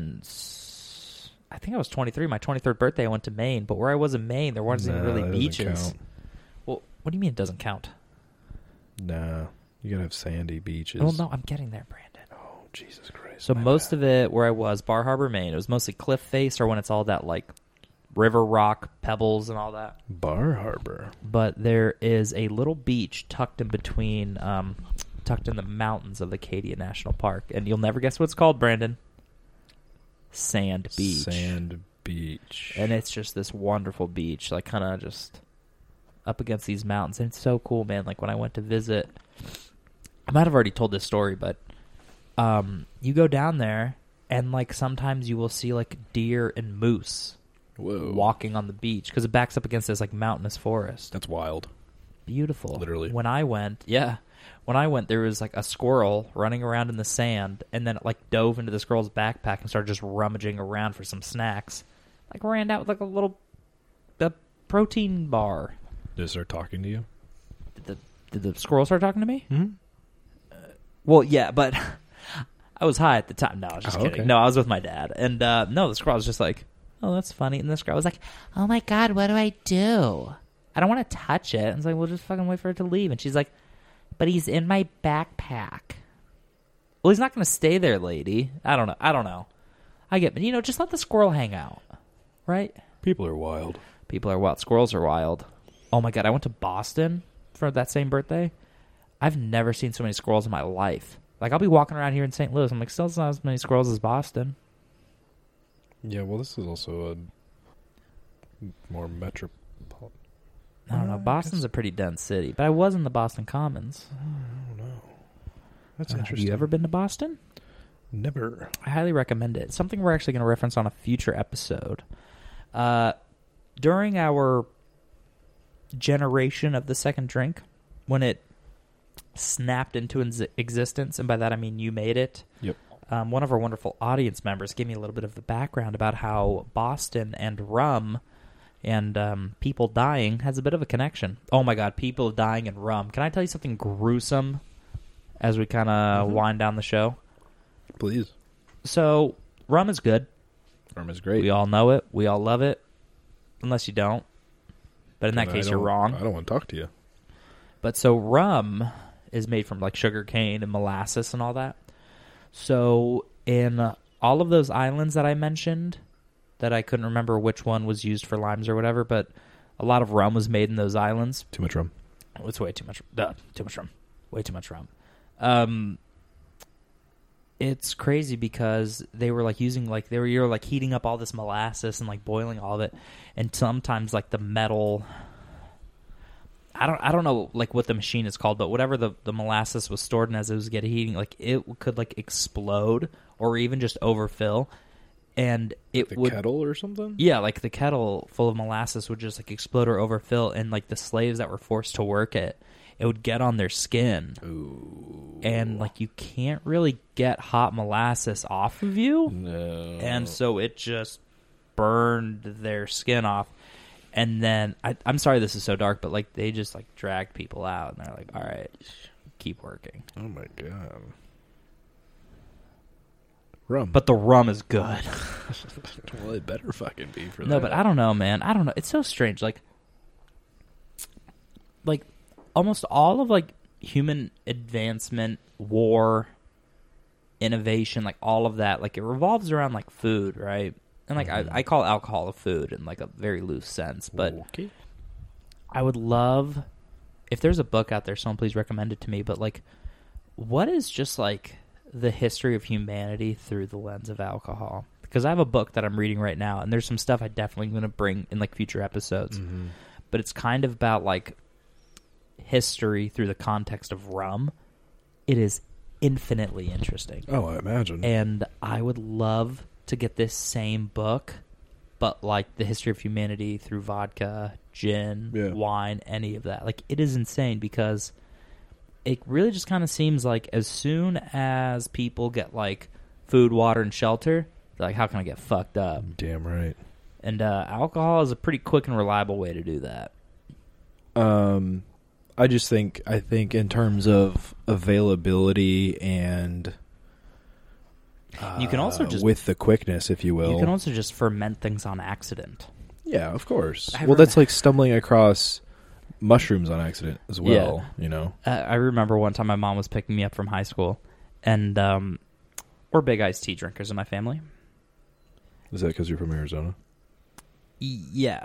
Speaker 2: since I think I was 23. My 23rd birthday, I went to Maine. But where I was in Maine, there wasn't
Speaker 1: Nah,
Speaker 2: even
Speaker 1: that
Speaker 2: really
Speaker 1: doesn't
Speaker 2: beaches.
Speaker 1: count.
Speaker 2: Well, what do you mean it doesn't count?
Speaker 1: Nah. You gotta have sandy beaches.
Speaker 2: Oh, no, I'm getting there, Brandon.
Speaker 1: Oh, Jesus Christ.
Speaker 2: So most of it where I was, Bar Harbor, Maine, it was mostly cliff face or when it's all that like river rock, pebbles, and all that.
Speaker 1: Bar Harbor.
Speaker 2: But there is a little beach tucked in between, um, tucked in the mountains of Acadia National Park, and you'll never guess what it's called, Brandon. Sand Beach,
Speaker 1: Sand beach.
Speaker 2: and it's just this wonderful beach, like kind of just up against these mountains, and it's so cool, man. Like when I went to visit, I might have already told this story, but um, you go down there, and like sometimes you will see like deer and moose
Speaker 1: Whoa.
Speaker 2: walking on the beach because it backs up against this like mountainous forest.
Speaker 1: That's wild.
Speaker 2: Beautiful.
Speaker 1: Literally.
Speaker 2: When I went, yeah. When I went, there was like a squirrel running around in the sand, and then it like dove into the squirrel's backpack and started just rummaging around for some snacks. Like ran out with like a little a protein bar.
Speaker 1: Did it start talking to you?
Speaker 2: Did the did the squirrel start talking to me?
Speaker 1: Mm-hmm.
Speaker 2: Well, yeah, but [LAUGHS] I was high at the time. No, I was just
Speaker 1: Oh,
Speaker 2: kidding.
Speaker 1: okay.
Speaker 2: No, I was with my dad, and uh, no, the squirrel was just like, "Oh, that's funny," and the squirrel was like, "Oh my god, what do I do? I don't want to touch it." And it's like, "We'll just fucking wait for it to leave." And she's like, "But he's in my backpack." Well, he's not going to stay there, lady. I don't know. I don't know. I get, you know, just let the squirrel hang out, right?
Speaker 1: People are wild.
Speaker 2: People are wild. Squirrels are wild. Oh my god, I went to Boston for that same birthday. I've never seen so many squirrels in my life. Like I'll be walking around here in St. Louis. I'm like, still not as many squirrels as Boston.
Speaker 1: Yeah, well, this is also a more metropolitan.
Speaker 2: I
Speaker 1: Oh,
Speaker 2: don't know. Boston's a pretty dense city, but I was in the Boston Commons.
Speaker 1: That's
Speaker 2: Uh, have
Speaker 1: interesting.
Speaker 2: you ever been to Boston?
Speaker 1: Never.
Speaker 2: I highly recommend it. Something we're actually going to reference on a future episode. Uh, during our generation of the second drink, when it snapped into ex- existence, and by that I mean you made it.
Speaker 1: Yep.
Speaker 2: Um, one of our wonderful audience members gave me a little bit of the background about how Boston and rum and um, people dying has a bit of a connection. Oh my God, people dying and rum. Can I tell you something gruesome as we kind of wind down the show?
Speaker 1: Please.
Speaker 2: So rum is good.
Speaker 1: Arm is great.
Speaker 2: We all know it. We all love it. Unless you don't. But in that
Speaker 1: And I
Speaker 2: case, you're
Speaker 1: don't-
Speaker 2: wrong.
Speaker 1: I don't want to talk to you.
Speaker 2: But so rum is made from like sugar cane and molasses and all that. So in all of those islands that I mentioned, that I couldn't remember which one was used for limes or whatever, but a lot of rum was made in those islands.
Speaker 1: Too much rum.
Speaker 2: It's way too much. Duh, too much rum. Way too much rum. Um, it's crazy because they were like using like they were you're like heating up all this molasses and like boiling all of it, and sometimes like the metal. I don't I don't know like what the machine is called, but whatever the the molasses was stored in as it was getting heating, like it could like explode or even just overfill, and it
Speaker 1: The
Speaker 2: would
Speaker 1: kettle or something?
Speaker 2: yeah, like the kettle full of molasses would just like explode or overfill, and like the slaves that were forced to work it, it would get on their skin. And like you can't really get hot molasses off of you.
Speaker 1: No.
Speaker 2: And so it just burned their skin off. And then I, I'm sorry this is so dark, but like they just like dragged people out and they're like, all right, keep working.
Speaker 1: Oh my god. Rum.
Speaker 2: But the rum is good. [LAUGHS]
Speaker 1: well, it better fucking be for
Speaker 2: No, but I don't know, man. I don't know. It's so strange. Like, like almost all of like human advancement, war, innovation, like all of that, like it revolves around like food, right? And like I, I call alcohol a food in like a very loose sense, but
Speaker 1: okay.
Speaker 2: I would love if there's a book out there, someone please recommend it to me. But like, what is just like the history of humanity through the lens of alcohol? Because I have a book that I'm reading right now, and there's some stuff I
Speaker 1: Mm. Mm-hmm.
Speaker 2: definitely going to bring in like future episodes. But it's kind of about like history through the context of rum, it is infinitely interesting.
Speaker 1: Oh, I imagine.
Speaker 2: And I would love to get this same book, but like the history of humanity through vodka, gin,
Speaker 1: Yeah.
Speaker 2: wine, any of that. Like it is insane because it really just kind of seems like as soon as people get like food, water, and shelter, they're like, how can I get fucked up?
Speaker 1: Damn right.
Speaker 2: And uh, alcohol is a pretty quick and reliable way to do that.
Speaker 1: Um, I just think I think in terms of availability and uh,
Speaker 2: You can also just-
Speaker 1: with the quickness, if you will.
Speaker 2: You can also just ferment things on accident.
Speaker 1: yeah, of course.
Speaker 2: I
Speaker 1: well, that's
Speaker 2: remember-
Speaker 1: like stumbling across mushrooms on accident as well. You know.
Speaker 2: Uh, I remember one time my mom was picking me up from high school, and um, we're big iced tea drinkers in my family.
Speaker 1: Is that because you're from Arizona?
Speaker 2: Y- Yeah,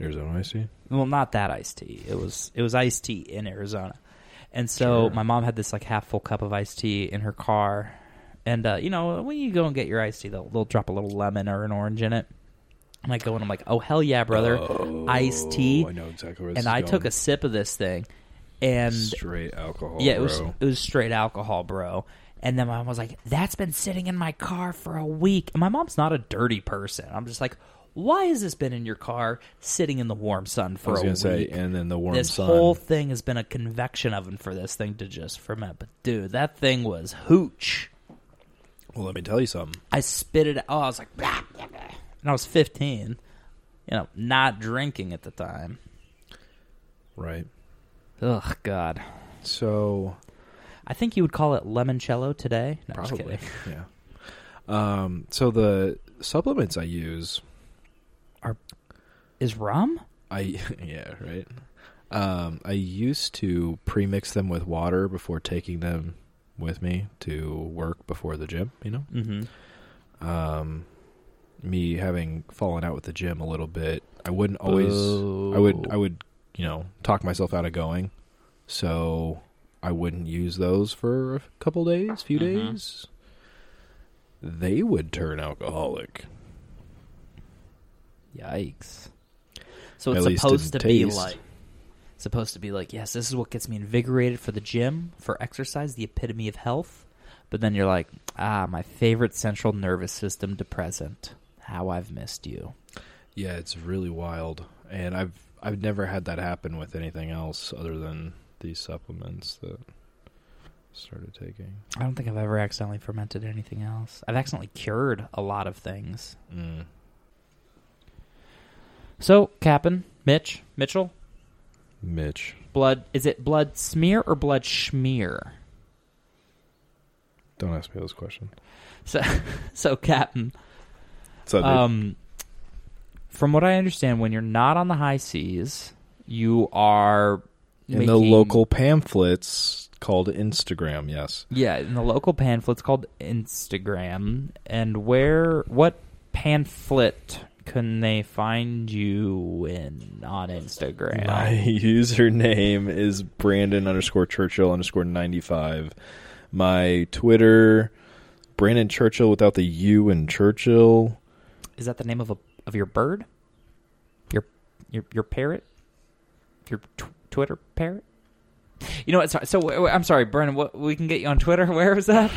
Speaker 1: Arizona, I see.
Speaker 2: well, not that iced tea. It was it was iced tea in Arizona, and so
Speaker 1: Sure.
Speaker 2: my mom had this like half full cup of iced tea in her car, and uh, you know when you go and get your iced tea, they'll they'll drop a little lemon or an orange in it. And I go and I'm like, oh hell yeah, brother, iced tea.
Speaker 1: Oh, I know exactly where this
Speaker 2: And
Speaker 1: is
Speaker 2: I took
Speaker 1: going.
Speaker 2: a sip of this thing, and
Speaker 1: straight alcohol.
Speaker 2: Yeah, it was
Speaker 1: bro.
Speaker 2: it was straight alcohol, bro. And then my mom was like, "That's been sitting in my car for a week." And my mom's not a dirty person. I'm just like, "Why has this been in your car sitting in the warm sun
Speaker 1: I
Speaker 2: for
Speaker 1: was
Speaker 2: a
Speaker 1: gonna
Speaker 2: week?"
Speaker 1: say, and then the warm
Speaker 2: this
Speaker 1: sun.
Speaker 2: whole thing has been a convection oven for this thing to just ferment. But dude, that thing was hooch.
Speaker 1: well, let me tell you something.
Speaker 2: I spit it. out. I was like, "Blah, blah, blah." and I was 15, you know, not drinking at the time.
Speaker 1: Right.
Speaker 2: Ugh, God.
Speaker 1: So
Speaker 2: I think you would call it limoncello today. No, I'm just
Speaker 1: probably,
Speaker 2: kidding.
Speaker 1: yeah. Um. So the supplements I use,
Speaker 2: Is rum?
Speaker 1: I [LAUGHS] yeah right. Um. I used to pre-mix them with water before taking them with me to work before the gym. You know.
Speaker 2: Mm-hmm.
Speaker 1: um, me having fallen out with the gym a little bit, I wouldn't always. I would. I would. You know, talk myself out of going. So I wouldn't use those for a couple days, few
Speaker 2: Mhm.
Speaker 1: days. They would turn alcoholic.
Speaker 2: Yikes. So
Speaker 1: At
Speaker 2: it's
Speaker 1: least
Speaker 2: supposed to
Speaker 1: in
Speaker 2: be
Speaker 1: taste.
Speaker 2: like supposed to be like, yes, this is what gets me invigorated for the gym, for exercise, the epitome of health. But then you're like, ah, my favorite central nervous system depressant. How I've missed you.
Speaker 1: Yeah, it's really wild, and I've I've never had that happen with anything else other than these supplements that I started taking.
Speaker 2: I don't think I've ever accidentally fermented anything else. I've accidentally cured a lot of things.
Speaker 1: Mm.
Speaker 2: So, Cap'n, Mitch, Mitchell,
Speaker 1: Mitch,
Speaker 2: blood is it blood smear or blood schmear? [LAUGHS]
Speaker 1: don't ask me those questions.
Speaker 2: So so Cap'n,
Speaker 1: So
Speaker 2: Um, from what I understand, when you're not on the high seas, you are
Speaker 1: in the
Speaker 2: making-
Speaker 1: local pamphlets called Instagram. Yes,
Speaker 2: Yeah, in the local pamphlet's called Instagram. And where, what pamphlet can they find you in on Instagram?
Speaker 1: my [LAUGHS] username is Brandon underscore Churchill underscore ninety five. My Twitter, Brandon Churchill without the U and Churchill.
Speaker 2: Is that the name of a of your bird? Your your your parrot? Your tw- Twitter parrot? You know what? Sorry, so wh- wh- I'm sorry, Brennan. What we can get you on Twitter? [LAUGHS] Where was that?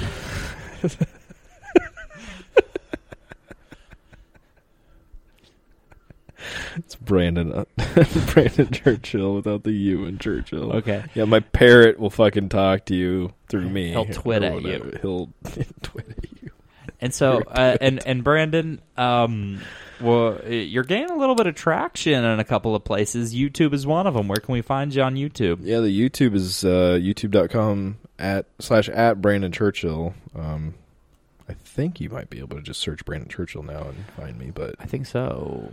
Speaker 1: It's Brandon uh, [LAUGHS] Brandon Churchill without the U and Churchill.
Speaker 2: Okay.
Speaker 1: Yeah, my parrot will fucking talk to you through me.
Speaker 2: He'll
Speaker 1: [LAUGHS]
Speaker 2: twit
Speaker 1: or
Speaker 2: at you.
Speaker 1: whatever. He'll [LAUGHS] twit at you.
Speaker 2: And so,
Speaker 1: You're
Speaker 2: uh, and and Brandon, um, well, uh, you're gaining a little bit of traction in a couple of places. YouTube is one of them. Where can we find you on YouTube?
Speaker 1: Yeah, the YouTube is uh, youtube.com at slash at Brandon Churchill. Um, I think you might be able to just search Brandon Churchill now and find me, but
Speaker 2: I think so.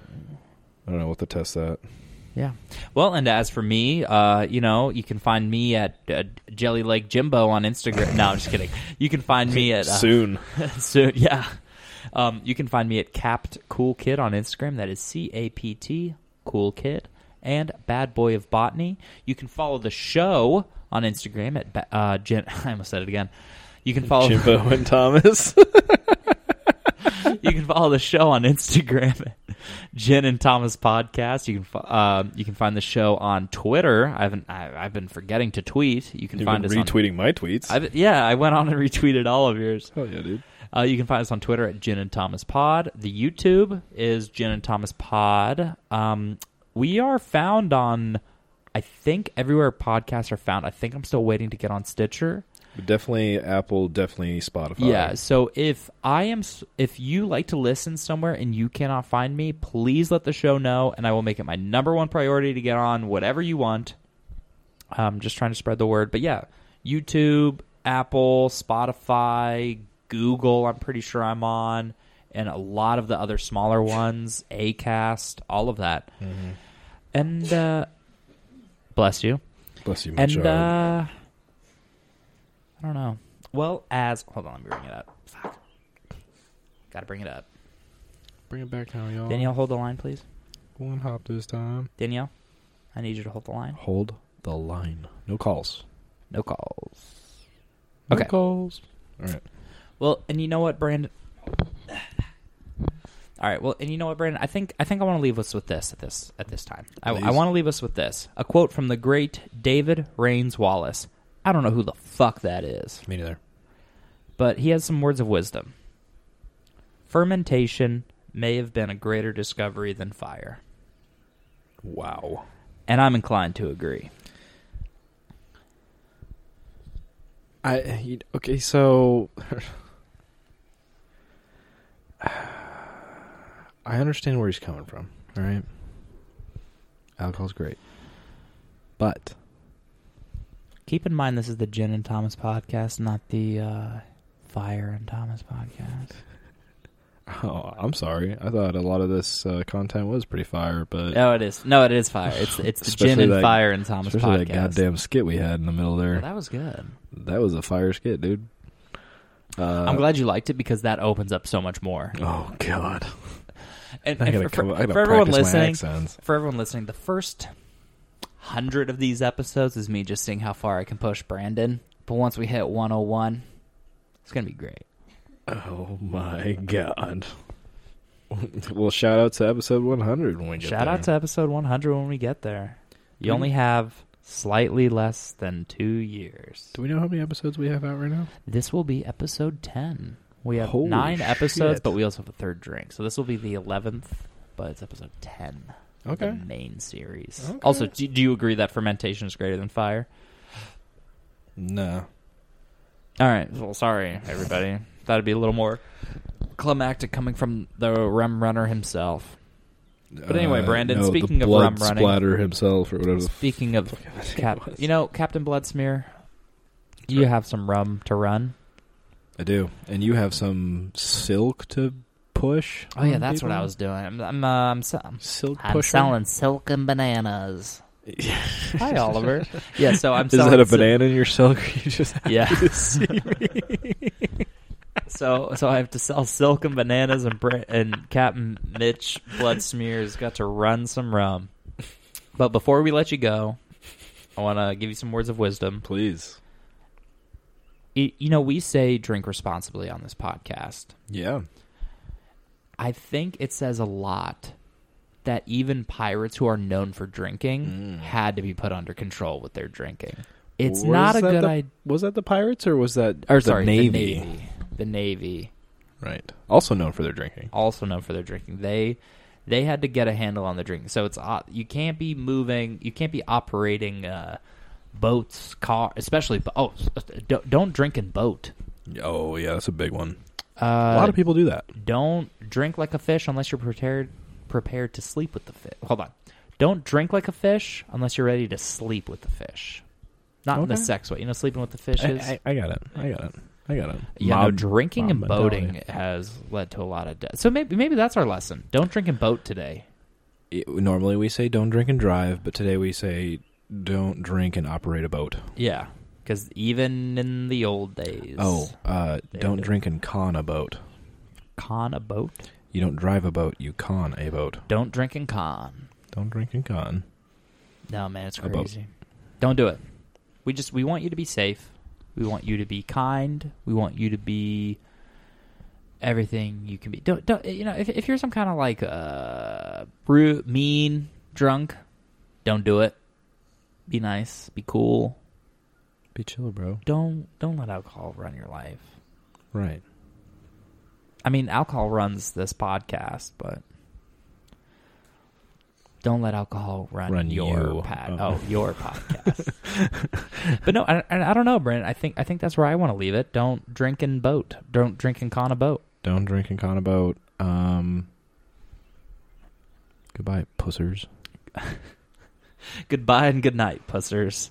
Speaker 1: I don't know what to test that.
Speaker 2: Yeah. Well, and as for me, uh, you know, you can find me at uh, Jelly Lake Jimbo on Instagram. No, I'm just kidding. You can find [LAUGHS] me at uh,
Speaker 1: Soon.
Speaker 2: [LAUGHS] soon. Yeah. Um, you can find me at Capped Cool Kid on Instagram. That is C A P T Cool Kid and Bad Boy of Botany. You can follow the show on Instagram at ba- uh, [LAUGHS] Jim. I almost said it again. You can follow
Speaker 1: Jimbo and Thomas.
Speaker 2: [LAUGHS] you can follow the show on Instagram, at Jen and Thomas Podcast. You can fo- um, you can find the show on Twitter. I've been, I, I've been forgetting to tweet. You
Speaker 1: [LAUGHS]
Speaker 2: can
Speaker 1: You've
Speaker 2: find
Speaker 1: been
Speaker 2: us on-
Speaker 1: retweeting my tweets.
Speaker 2: I've, yeah, I went on and [LAUGHS] retweeted all of yours.
Speaker 1: Hell yeah, dude.
Speaker 2: Uh, you can find us on Twitter at Jen and Thomas Pod. The YouTube is Jen and Thomas Pod. Um, we are found on, I think, everywhere podcasts are found. I think I'm still waiting to get on Stitcher.
Speaker 1: But definitely Apple, definitely Spotify.
Speaker 2: Yeah. So if I am, s- if you like to listen somewhere and you cannot find me, please let the show know, and I will make it my number one priority to get on whatever you want. I'm just trying to spread the word, but yeah, YouTube, Apple, Spotify, Google. I'm pretty sure I'm on, and a lot of the other smaller ones, Acast, all of that.
Speaker 1: Mm-hmm.
Speaker 2: And uh, bless you
Speaker 1: Bless you, my
Speaker 2: and
Speaker 1: child.
Speaker 2: uh, I don't know. Well, as hold on, let me bring it up. Fuck, gotta bring it up.
Speaker 3: Bring it back now, y'all.
Speaker 2: Danielle, hold the line, please.
Speaker 3: One hop this time.
Speaker 2: Danielle, I need you to hold the line.
Speaker 1: Hold the line. No calls.
Speaker 2: No calls.
Speaker 3: No
Speaker 2: Okay.
Speaker 3: calls.
Speaker 1: All right.
Speaker 2: Well, and you know what, Brandon. All right. Well, and you know what, Brandon. I think I think I want to leave us with this at this at this time. I, I
Speaker 1: Please.
Speaker 2: want to leave us with this. A quote from the great David Rains Wallace. I don't know who the fuck that is.
Speaker 1: Me neither.
Speaker 2: but he has some words of wisdom. Fermentation may have been a greater discovery than fire,
Speaker 1: Wow.
Speaker 2: and I'm inclined to agree.
Speaker 1: I you- okay. So [SIGHS] I understand where he's coming from. All right. Alcohol's great, but
Speaker 2: Keep in mind, this is the Jen and Thomas podcast, not the uh, Fire and Thomas podcast.
Speaker 1: oh, I'm sorry. I thought a lot of this uh, content was pretty fire, but
Speaker 2: No, it is. No, it is fire.
Speaker 1: [LAUGHS]
Speaker 2: It's it's the Jen
Speaker 1: Uh, Especially
Speaker 2: and
Speaker 1: that-
Speaker 2: Fire and Thomas
Speaker 1: especially
Speaker 2: podcast.
Speaker 1: that goddamn skit we had in the middle
Speaker 2: Well,
Speaker 1: there.
Speaker 2: that was good.
Speaker 1: That was a fire skit, dude. Uh,
Speaker 2: I'm glad you liked it because that opens up so much more.
Speaker 1: Oh God!
Speaker 2: And,
Speaker 1: I
Speaker 2: and
Speaker 1: gotta
Speaker 2: for,
Speaker 1: come.
Speaker 2: for-
Speaker 1: I gotta
Speaker 2: for everyone
Speaker 1: practice my
Speaker 2: listening,
Speaker 1: accents.
Speaker 2: for everyone listening, the first hundred of these episodes is me just seeing how far I can push Brandon. But once we hit 101, it's gonna be great.
Speaker 1: Oh my God! [LAUGHS] well, shout out to episode 100 when we get
Speaker 2: Shout
Speaker 1: there.
Speaker 2: out to episode 100 when we get there. You only have slightly less than two years.
Speaker 1: Do we know how many episodes we have out right now?
Speaker 2: This will be episode 10. We have
Speaker 1: Holy
Speaker 2: nine episodes,
Speaker 1: shit.
Speaker 2: but we also have a third drink. So this will be the 11th, but it's episode 10. of the
Speaker 1: Okay.
Speaker 2: main series.
Speaker 1: Okay.
Speaker 2: Also, do, do you agree that fermentation is greater than fire?
Speaker 1: No.
Speaker 2: All right. Well, sorry, everybody. Thought it'd be a little more climactic coming from the rum runner himself. But anyway, Brandon,
Speaker 1: Uh, no,
Speaker 2: speaking
Speaker 1: the
Speaker 2: of
Speaker 1: blood
Speaker 2: rum running-
Speaker 1: splatter himself or whatever. the
Speaker 2: Speaking of,
Speaker 1: [LAUGHS] fuck that thing
Speaker 2: Cap-
Speaker 1: was.
Speaker 2: you know, Captain Bloodsmear, you have some rum to run.
Speaker 1: I do, and you have some silk to push.
Speaker 2: Oh yeah,
Speaker 1: on
Speaker 2: that's what I
Speaker 1: people?
Speaker 2: was doing. I'm, I'm, uh, I'm se- [LAUGHS]
Speaker 1: Silk
Speaker 5: I'm
Speaker 1: pushing? [LAUGHS]
Speaker 5: selling silk and bananas.
Speaker 2: hi Oliver. Yeah, so [LAUGHS] I'm.
Speaker 1: Is that a
Speaker 2: selling-
Speaker 1: banana in your silk? [LAUGHS] Or you just
Speaker 2: Yeah. so so I have to sell silk and bananas and bra- and Captain Mitch Bloodsmear's got to run some rum. But before we let you go, I want to give you some words of wisdom.
Speaker 1: please.
Speaker 2: Y- You know, we say drink responsibly on this podcast.
Speaker 1: Yeah.
Speaker 2: I think it says a lot that even pirates who are known for drinking
Speaker 1: Mm.
Speaker 2: had to be put under control with their drinking. It's
Speaker 1: Was
Speaker 2: not a
Speaker 1: that
Speaker 2: good
Speaker 1: the-
Speaker 2: idea.
Speaker 1: Was that the pirates or was that
Speaker 2: Or
Speaker 1: the
Speaker 2: sorry,
Speaker 1: navy?
Speaker 2: the navy. The navy.
Speaker 1: Right. Also known for their drinking.
Speaker 2: also known for their drinking. They they had to get a handle on the drinking. So it's o- you can't be moving, you can't be operating uh, boats, car, especially bo- oh, don't, don't drink in boat.
Speaker 1: Oh yeah, that's a big one.
Speaker 2: Uh,
Speaker 1: a lot of people do that.
Speaker 2: don't drink like a fish unless you're prepared prepared to sleep with the fish. Hold on. Don't drink like a fish unless you're ready to sleep with the fish. Not in the
Speaker 1: Okay.
Speaker 2: sex way, you know, sleeping with the fish is.
Speaker 1: I, I, I got it. I got it. I got it.
Speaker 2: yeah, no,
Speaker 1: Mob-
Speaker 2: drinking
Speaker 1: mob
Speaker 2: and
Speaker 1: mentality.
Speaker 2: boating has led to a lot of death. So maybe maybe that's our lesson. Don't drink and boat today.
Speaker 1: It- normally we say don't drink and drive, but today we say don't drink and operate a boat.
Speaker 2: Yeah, because even in the old days,
Speaker 1: Oh, uh,
Speaker 2: They
Speaker 1: don't
Speaker 2: do.
Speaker 1: drink and con a boat.
Speaker 2: con a boat,
Speaker 1: You don't drive a boat. You con a boat.
Speaker 2: don't drink and con.
Speaker 1: Don't drink and con.
Speaker 2: No man, it's
Speaker 1: A boat.
Speaker 2: crazy. Don't do it. We just we want you to be safe. We want you to be kind. We want you to be everything you can be. Don't don't you know if if you're some kind of like uh rude, mean drunk, don't do it. Be nice, be cool.
Speaker 1: Be chill, bro.
Speaker 2: Don't don't let alcohol run your life.
Speaker 1: Right.
Speaker 2: I mean, alcohol runs this podcast, but don't let alcohol run,
Speaker 1: Run
Speaker 2: your
Speaker 1: you.
Speaker 2: pod.
Speaker 1: Oh.
Speaker 2: Oh, your podcast. [LAUGHS] but no, I, I I don't know, Brandon. I think I think that's where I want to leave it. Don't drink and boat. Don't drink and con a boat.
Speaker 1: Don't drink and con a boat. Um. Goodbye, pussers.
Speaker 2: Goodbye and good night, pussers.